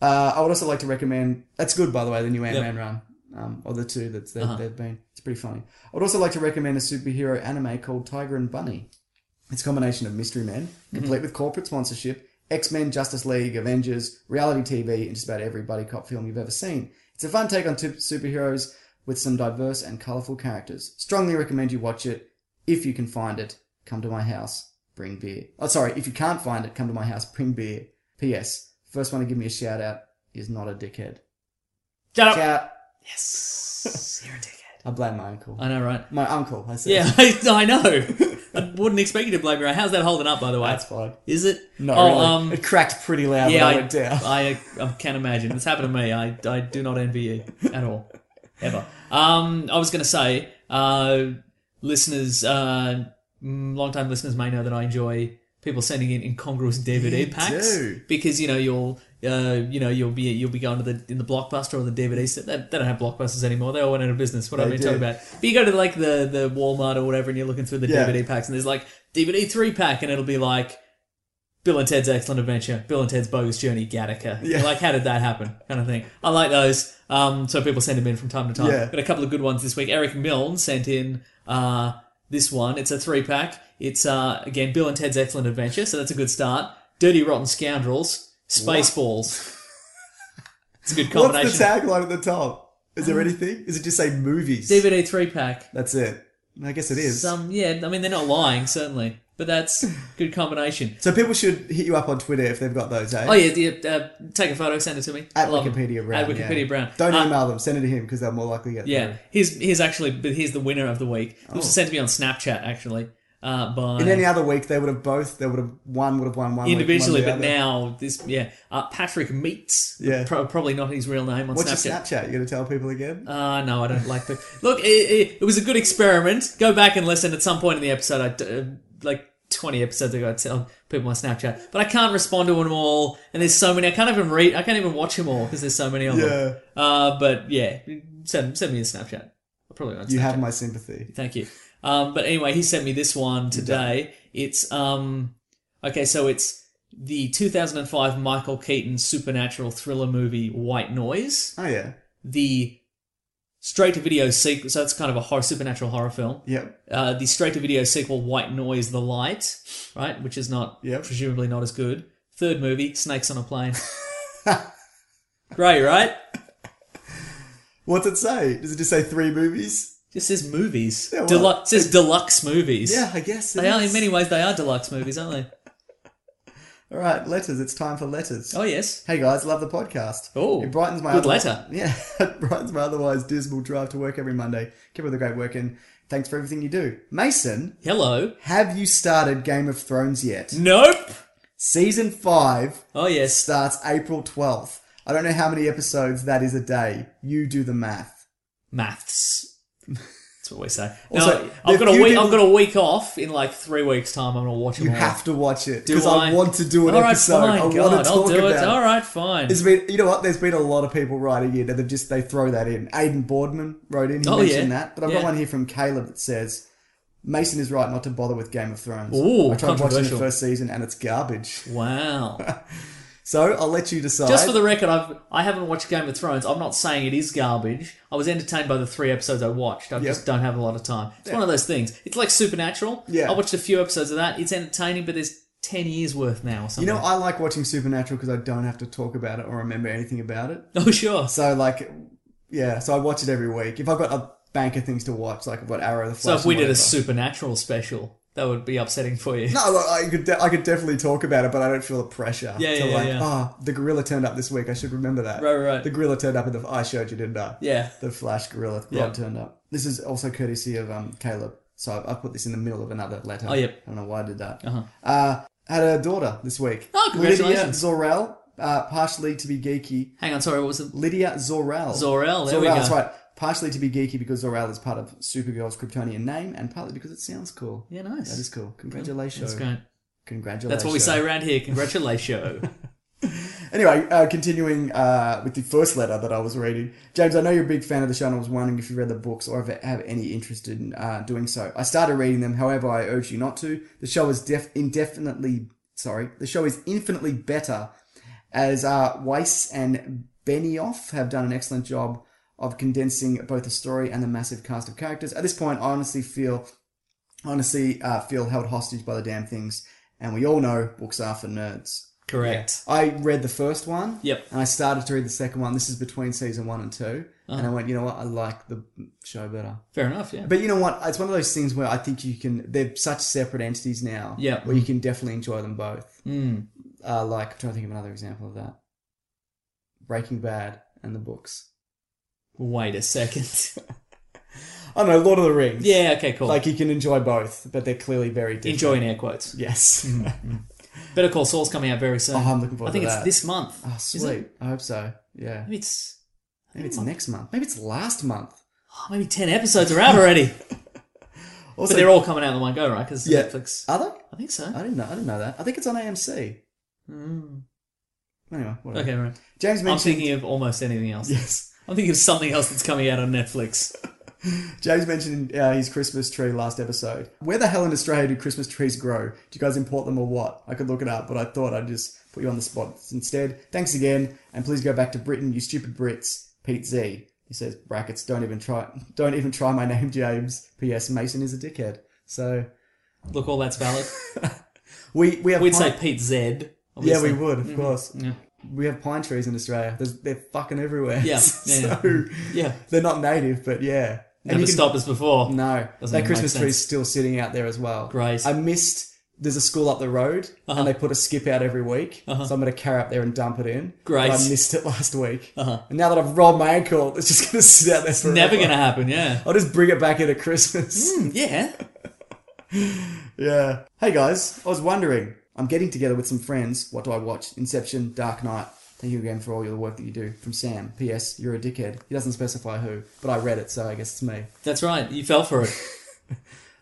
Uh, I would also like to recommend. That's good, by the way, the new Ant Man run, um, or the two that's that, they've been. It's pretty funny. I would also like to recommend a superhero anime called Tiger and Bunny. It's a combination of Mystery Men, complete with corporate sponsorship, X Men, Justice League, Avengers, reality TV, and just about every buddy cop film you've ever seen. It's a fun take on two superheroes with some diverse and colourful characters. Strongly recommend you watch it if you can find it. Come to my house, bring beer. Oh, sorry, if you can't find it, come to my house, bring beer. P.S. First one to give me a shout out is not a dickhead. Shut up. Shout. Yes. You're a dickhead. I blame my uncle. I know, right? my uncle. I said. Yeah, I, I know. I wouldn't expect you to blame me. Right? How's that holding up, by the way? that's fine. Is it? No, Oh, really. um, it cracked pretty loud yeah, when I, I, went down. I, I can imagine. It's happened to me. I, I do not envy you at all, ever. Um, I was going to say, uh, listeners, uh, mm, long-time listeners may know that I enjoy people sending in incongruous DVD packs do. because you know you'll. Uh, you know, you'll be you'll be going to the in the blockbuster or the DVD set. They, they don't have blockbusters anymore. They all went out of business. What am I They talking did. about? But you go to like the the Walmart or whatever, and you're looking through the Yeah. DVD packs, and there's like DVD three pack, and it'll be like Bill and Ted's Excellent Adventure, Bill and Ted's Bogus Journey, Gattaca. Yeah. Like, how did that happen? Kind of thing. I like those. Um, so people send them in from time to time. Yeah. Got a couple of good ones this week. Eric Milne sent in uh, this one. It's a three pack. It's, uh, again, Bill and Ted's Excellent Adventure, so that's a good start. Dirty Rotten Scoundrels, Spaceballs. it's a good combination. Um, What's the tagline at the top? Is there anything? Is it just say movies? DVD three pack. That's it. I guess it is. Some, Um, yeah, I mean, they're not lying, certainly. But that's good combination. so people should hit you up on Twitter if they've got those, eh? Oh yeah, yeah uh, take a photo, send it to me. At I love them. Wikipedia Brown. At Wikipedia yeah. Brown. Don't Uh, email them. Send it to him because they're more likely to get Yeah, here's here's actually but here's the winner of the week. It was sent to me on Snapchat actually uh, by through. Oh. In any other week, they would have both. They would have one would have won one week, one individually, the but other. now this yeah uh, Patrick Meets. Yeah. pro- probably not his real name on What's Snapchat. your Snapchat? You gonna tell people again? Uh, no, I don't like the look. It, it, it was a good experiment. Go back and listen at some point in the episode. I d- uh, like twenty episodes ago. I tell people my Snapchat, but I can't respond to them all. And there's so many. I can't even read. I can't even watch them all because there's so many of them. Uh, but yeah, send send me a Snapchat. I probably won't. you Snapchat. have my sympathy. Thank you. Um, but anyway, he sent me this one today. It's um, okay, so it's the 2005 Michael Keaton supernatural thriller movie White Noise, Oh yeah, the straight to video sequel. So it's kind of a horror supernatural horror film. yep. Uh, the straight to video sequel White Noise: The Light, right, which is not Yep. presumably not as good. Third movie, Snakes on a Plane. Great, right? What's it say? Does it just say three movies? Just says movies. Yeah, well- Delu- it says deluxe movies. Yeah, I guess. it They are, is. in many ways, they are deluxe movies, aren't they? All right, letters. It's time for letters. Oh, yes. Hey guys, love the podcast. Oh, it brightens my good other- letter. Yeah, it brightens my otherwise dismal drive to work every Monday. Keep up the great work and thanks for everything you do. Mason, Hello. have you started Game of Thrones yet? Nope. Season five Oh, yes. starts April twelfth. I don't know how many episodes that is a day. You do the math. Maths. That's what we say. Also, no, I've the got a few week. people- I've got a week off in like three weeks' time. I'm gonna watch them You all. have to watch it Do because I? I? Oh. want to do an All right, episode. I fine. God, want to I'll talk do about it. All right, fine. There's been, you know what? There's been a lot of people writing in, and they just they throw that in. Aidan Boardman wrote in, he Oh, mentioned yeah. that. But I've got Yeah. one here from Caleb that says, "Mason is right not to bother with Game of Thrones. Ooh, I tried watching the controversial. first season, and it's garbage. Wow. So I'll let you decide. Just for the record, I've I haven't watched Game of Thrones. I'm not saying it is garbage. I was entertained by the three episodes I watched. I Yep. just don't have a lot of time. It's one of those things. It's like Supernatural. Yeah. I watched a few episodes of that. It's entertaining, but there's ten years worth now or you something. know, I like watching Supernatural because I don't have to talk about it or remember anything about it. oh sure. So, So like, yeah. So I watch it every week. If I've got a bank of things to watch, like I've got Arrow, the Flash. if we and did a whatever. Supernatural special, that would be upsetting for you. No, look, I could de- I could definitely talk about it, but I don't feel the pressure. Yeah, to yeah, like, yeah. Oh, the gorilla turned up this week. I should remember that. Right, right. The gorilla turned up in the. I showed you, didn't I? Yeah. The Flash gorilla Rob Yeah. turned up. This is also courtesy of um Caleb. So I, I put this in the middle of another letter. Oh, yep. I don't know why I did that. Uh-huh. Uh, had a daughter this week. Oh, congratulations. Lydia Zorel, uh, partially to be geeky. Hang on, sorry, what was it? Lydia Zorel. Zor-El, there Zor-El, we go. That's right. Partially to be geeky because Zorel is part of Supergirl's Kryptonian name, and partly because it sounds cool. Yeah, nice. That is cool. Congratulations. That's great. Congratulations. That's what we say around here. Congratulations. Anyway, uh, continuing uh, with the first letter that I was reading. James, I know you're a big fan of the show and I was wondering if you read the books or if you have any interest in uh, doing so. I started reading them, however, I urge you not to. The show is def- indefinitely, sorry, the show is infinitely better as uh, Weiss and Benioff have done an excellent job of condensing both the story and the massive cast of characters. At this point, I honestly feel honestly uh, feel held hostage by the damn things, and we all know books are for nerds. Correct. I read the first one. Yep. And I started to read the second one. This is between season one and 2 Uh-huh. And I went, you know what? I like the show better. Fair enough. Yeah. But you know what? It's one of those things where I think you can. They're such separate entities now. Yeah. Where you can definitely enjoy them both. Mm. Uh, like, I'm trying to think of another example of that Breaking Bad and the books. Wait a second. I don't know, Lord of the Rings. yeah. Okay. Cool. Like, you can enjoy both, but they're clearly very different. Enjoy in air quotes. Yes. Better Call Saul's coming out very soon. Oh, I'm looking forward I think to it's that. this month. oh, is sweet. it? I hope so. Yeah. Maybe it's Maybe it's next month. Maybe it's last month. oh, maybe ten episodes are out already. Also, but they're all coming out in one go, right? Because Yeah. Netflix. Are they? I think I so. didn't know. I didn't know that. I think it's on AMC. Mm. Anyway, whatever. Okay, right. James I'm mentioned. thinking of almost anything else. yes. I'm thinking of something else that's coming out on Netflix. James mentioned uh, his Christmas tree last episode. Where the hell in Australia do Christmas trees grow? Do you guys import them or what? I could look it up, but I thought I'd just put you on the spot instead. Thanks again, and please go back to Britain, you stupid Brits. Pete Z. He says brackets. Don't even try. Don't even try my name, James. P.S. Mason is a dickhead. So Look, all that's valid. we we have. We'd pine- say Pete Zed. Yeah, Obviously. we would, of course. Yeah. We have pine trees in Australia. There's, they're fucking everywhere. Yeah, yeah, so Yeah. They're not native, but yeah. Never you can- stopped us before. No, that Doesn't make Christmas sense. tree is still sitting out there as well. Great. I missed. There's a school up the road, Uh-huh. and they put a skip out every week. So I'm going to carry up there and dump it in. Great. But I missed it last week, uh-huh. and now that I've rolled my ankle, it's just going to sit out there forever. Never gonna happen. Yeah. Hmm, I'll just bring it back in at Christmas. Yeah. Yeah. Hey guys, I was wondering. I'm getting together with some friends. What do I watch? Inception, Dark Knight. Thank you again for all your work that you do. From Sam. P.S. You're a dickhead. He doesn't specify who, but I read it, so I guess it's me. That's right. You fell for it.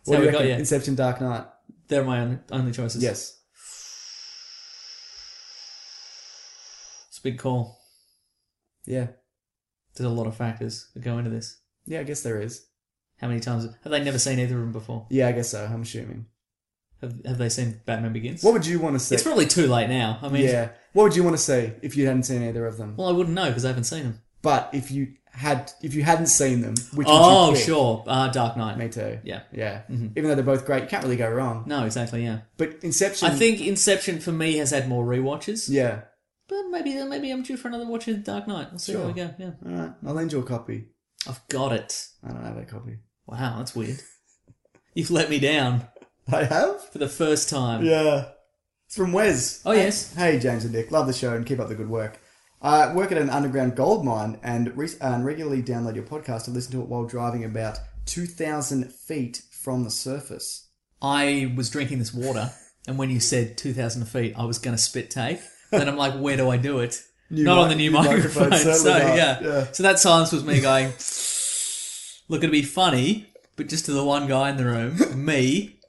What how do you we got reckon? you. Inception, Dark Knight. They're my only, only choices. Yes. It's a big call. Yeah. There's a lot of factors that go into this. Yeah, I guess there is. How many times have they never seen either of them before? Yeah, I guess so. I'm assuming. Have, have they seen Batman Begins? What would you want to see? it's probably too late now. I mean, yeah. What would you want to see if you hadn't seen either of them? well, I wouldn't know because I haven't seen them. But if you had, if you hadn't seen them, which oh, would you pick? sure, uh, Dark Knight. Me too. Yeah. Mm-hmm. Yeah. Even though they're both great, you can't really go wrong. No, exactly. Yeah, But Inception. I think Inception for me has had more rewatches. Yeah. But maybe maybe I'm due for another watch of Dark Knight. We'll see how we Sure. go. Yeah. All right, I'll lend you a copy. I've got it. I don't have a copy. Wow, that's weird. You've let me down I have. for the first time. Yeah. It's from Wes. Oh, yes. Hey, James and Dick. Love the show and keep up the good work. I work at an underground gold mine and, re- and regularly download your podcast to listen to it while driving about 2,000 feet from the surface. I was drinking this water, and when you said 2,000 feet, I was going to spit take. Then I'm like, where do I do it? New Not mi- on the new, new microphone. microphone, certainly so, not. yeah. Yeah. So that silence was me going, look, it'd be funny, but just to the one guy in the room, me.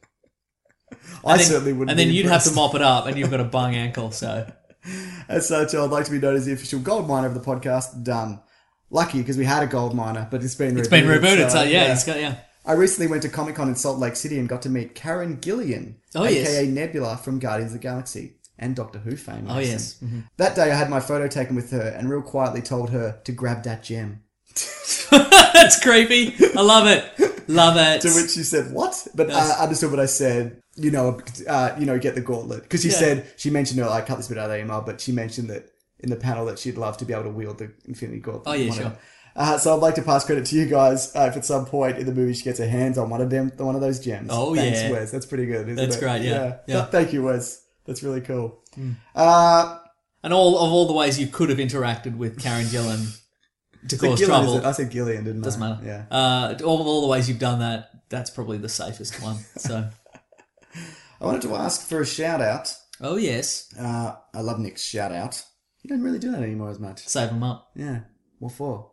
I then- certainly wouldn't And then be you'd have to impressed. mop it up, and you've got a bung ankle, so. As such, I'd like to be known as the official gold miner of the podcast. Done. Lucky because we had a gold miner, but it's been It's rebooted, been rebooted, uh, so, yeah, It's got, yeah. I recently went to Comic Con in Salt Lake City and got to meet Karen Gillian, Oh, yes. aka Nebula from Guardians of the Galaxy and Doctor Who fame. Oh, yes. That day I had my photo taken with her and real quietly told her to grab that gem. That's creepy. I love it. Love it. To which she said, "What?" But uh, understood what I said. You know, uh, you know, get the gauntlet because she Yeah. said she mentioned her. I cut this bit out of the email, but she mentioned that in the panel that she'd love to be able to wield the Infinity Gauntlet. Oh, One yeah, of sure. them. Uh, so I'd like to pass credit to you guys uh, if at some point in the movie she gets her hands on one of them, one of those gems. Oh, Thanks, yeah. Wes. That's pretty good. Isn't That's it? great, yeah. Yeah. Hmm. Th- Thank you, Wes. That's really cool. Uh, And all of all the ways you could have interacted with Karen Gillan to I said cause Gillian, trouble. is it? I said Gillian, didn't Doesn't I? matter. Yeah. Uh, all, all the ways you've done that, that's probably the safest one. So, I wanted to ask for a shout out. oh yes, Uh, I love Nick's shout out. You don't really do that anymore as much. save them up. Yeah. What for?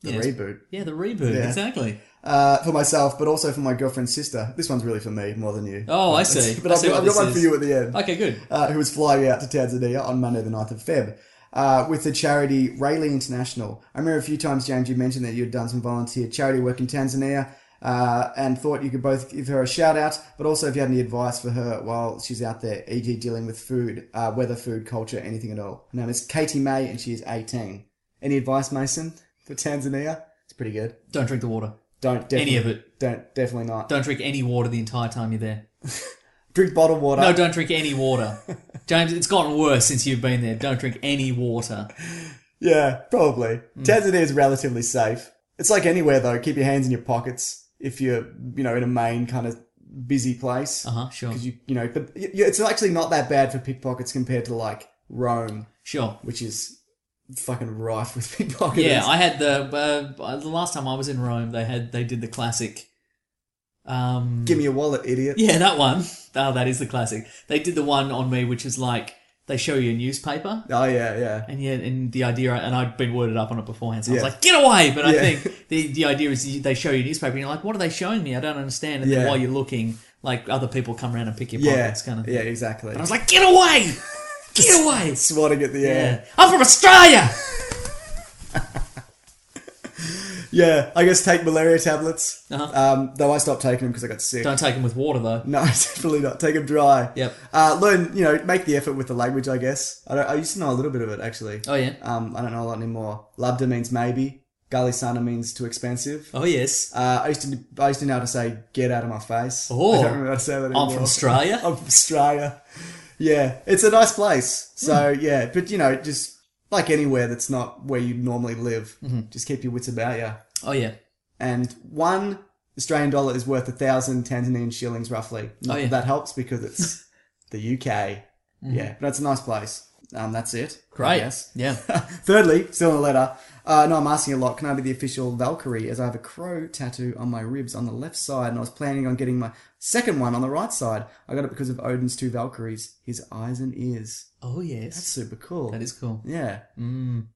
The Yes. reboot. Yeah, the reboot Yeah. exactly. Uh, for myself, but also for my girlfriend's sister. This one's really for me more than you. Oh, I But- see. But I I've, see got- what I've got this one for is. you at the end. Okay, good. uh, who is flying out to Tanzania on Monday, the 9th of Feb, uh, with the charity Rayleigh International. I remember a few times, James, you mentioned that you had done some volunteer charity work in Tanzania uh, and thought you could both give her a shout out, but also if you had any advice for her while she's out there, e.g., dealing with food, uh, weather, food, culture, anything at all. Her name is Katie May and she is 18. Any advice, Mason, for Tanzania? It's pretty good. Don't drink the water. Don't definitely, Any of it. Don't definitely not. Don't drink any water the entire time you're there. Drink bottled water. No, don't drink any water, James. It's gotten worse since you've been there. Don't drink any water. Yeah, probably. Hmm. Tanzania is relatively safe. It's like anywhere though. Keep your hands in your pockets if you're, you know, in a main kind of busy place. Uh huh. Sure. Because you, you know, but y- y- it's actually not that bad for pickpockets compared to like Rome, Sure. which is fucking rife with pickpockets. Yeah, I had the uh, the last time I was in Rome. They had they did the classic. Um, give me your wallet, idiot. Yeah, that one. Oh, that is the classic. They did the one on me, which is like they show you a newspaper, Oh yeah, yeah. and yeah, and the idea, and I'd been worded up on it beforehand, so I Yeah. was like, "Get away!" But I Yeah. think the the idea is you- they show you a newspaper, and you're like, "What are they showing me? I don't understand." And Yeah. then while you're looking, like other people come around and pick your Yeah, pockets, kind of. yeah, thing. exactly. And I was like, "Get away! Get away!" swatting at the Yeah. air. I'm from Australia. Yeah, I guess take malaria tablets. Uh-huh. Um, though I stopped taking them because I got sick. Don't take them with water though. No, definitely not. Take them dry. Yep. Uh, learn, you know, make the effort with the language, I guess. I, don't, I used to know a little bit of it, actually. Oh yeah. Um, I don't know a lot anymore. Labda means maybe. Galisana means too expensive. Oh yes. Uh, I used to I used to know how to say "get out of my face." Oh. I don't remember how to say that anymore. I'm from Australia. I'm from Australia. Yeah, it's a nice place. So Hmm. yeah, but you know, just like anywhere that's not where you normally live, just keep your wits about you Oh yeah. and one Australian dollar is worth a thousand Tanzanian shillings roughly. Not Oh, yeah. that that helps because it's the UK. Yeah, but it's a nice place. Um, that's it. Great. Yes. Yeah. Thirdly, still in the letter. Uh, no, I'm asking a lot. Can I be the official Valkyrie? As I have a crow tattoo on my ribs on the left side, and I was planning on getting my second one on the right side. I got it because of Odin's two Valkyries, his eyes and ears. Oh yes. That's super cool. that is cool. Yeah. Mm.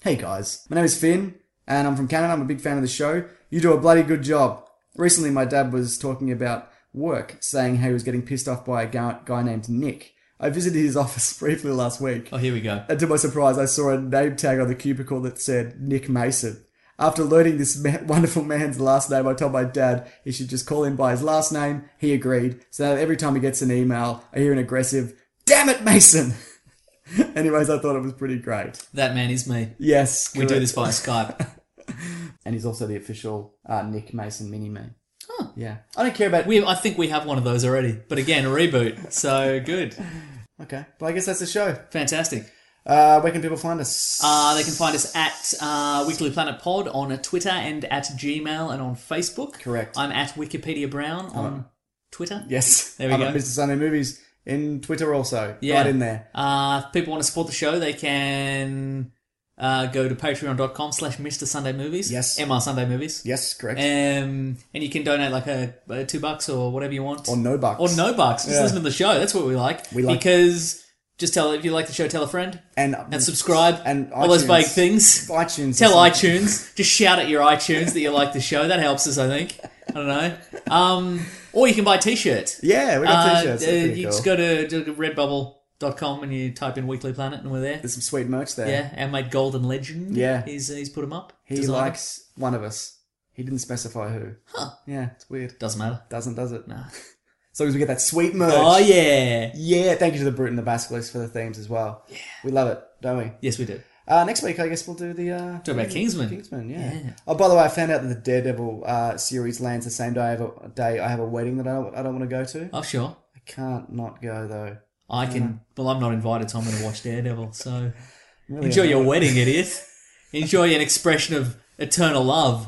Hey guys, my name is Finn, and I'm from Canada. I'm a big fan of the show. You do a bloody good job. Recently, my dad was talking about work, saying how he was getting pissed off by a ga- guy named Nick. I visited his office briefly last week, Oh here we go. and to my surprise, I saw a name tag on the cubicle that said Nick Mason. After learning this ma- wonderful man's last name, I told my dad he should just call him by his last name. He agreed, so that every time he gets an email, I hear an aggressive, Damn it, Mason! Anyways, I thought it was pretty great. That man is me. Yes, We do correct. this via Skype. and he's also the official uh, Nick Mason mini me. Huh. Yeah, I don't care about. We, I think we have one of those already, but again, a reboot. So good, Okay, but I guess that's the show. fantastic. Uh, where can people find us? Uh, they can find us at uh, Weekly Planet Pod on Twitter and at Gmail and on Facebook. Correct. Uh-huh. I'm at Wikipedia Brown on Twitter. yes. There we I'm go. at Mr. Sunday Movies in Twitter also. Yeah. Right in there. Uh, if people want to support the show, they can uh, go to patreon.com slash Mr. Sunday Movies. Yes. MR Sunday Movies. Yes, correct. Um, and you can donate like a, a two bucks or whatever you want. or no bucks. Or no bucks. Just Yeah. listen to the show. That's what we like. We like- Because just tell, if you like the show, tell a friend. And, and subscribe Mm. And all those iTunes. vague things. iTunes. Tell Listen. iTunes, just shout at your iTunes that you like the show. That helps us, I think. I don't know. Um, or you can buy a t-shirt. Yeah, we got t-shirts. Uh, They're uh, pretty you cool. just go to, to redbubble.com and you type in Weekly Planet and we're there. There's some sweet merch there. Yeah, our mate Golden Legend. Yeah. He's, he's put him up. He Designer. likes one of us. He didn't specify who. Huh. Yeah, it's weird. Doesn't matter. Doesn't, does it? Nah. As long as we get that sweet merch. Oh, yeah. Yeah, thank you to the Brute and the Basilisk for the themes as well. Yeah. We love it, don't we? Yes, we do. Uh, next week, I guess we'll do the. Uh, Talk about Kingsman. Kingsman, yeah. Oh, by the way, I found out that the Daredevil uh, series lands the same day I have a day I have a wedding that I don't, I don't want to go to. Oh, sure. I can't not go though. I can. Well, I'm not invited, so I'm going to watch Daredevil. So Really enjoy your annoyed. wedding, idiot. Enjoy an expression of eternal love.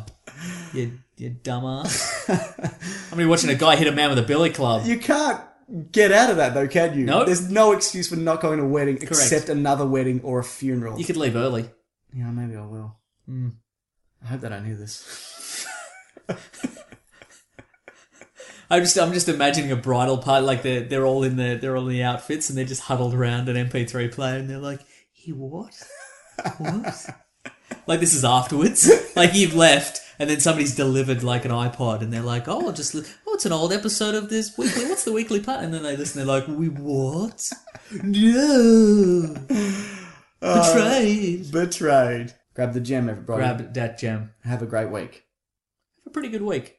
You, you dumbass. I'm going to be watching a guy hit a man with a billy club. You can't get out of that though, can you? Nope. There's no excuse for not going to a wedding except another wedding or a funeral. You Hmm. could leave early. Yeah, maybe I will. I hope they don't hear this. I'm just I'm just imagining a bridal party like they're they're all in the they're all in the outfits and they're just huddled around an MP3 player and they're like, he what? What? like this is afterwards. Like you've left and then somebody's delivered like an iPod and they're like, oh, I'll just li- oh, it's an old episode of this weekly. What's the weekly part? And then they listen. They're like, we what? No, betrayed. Betrayed. Grab the gem, everybody. Grab that gem. Have a great week. Have a pretty good week.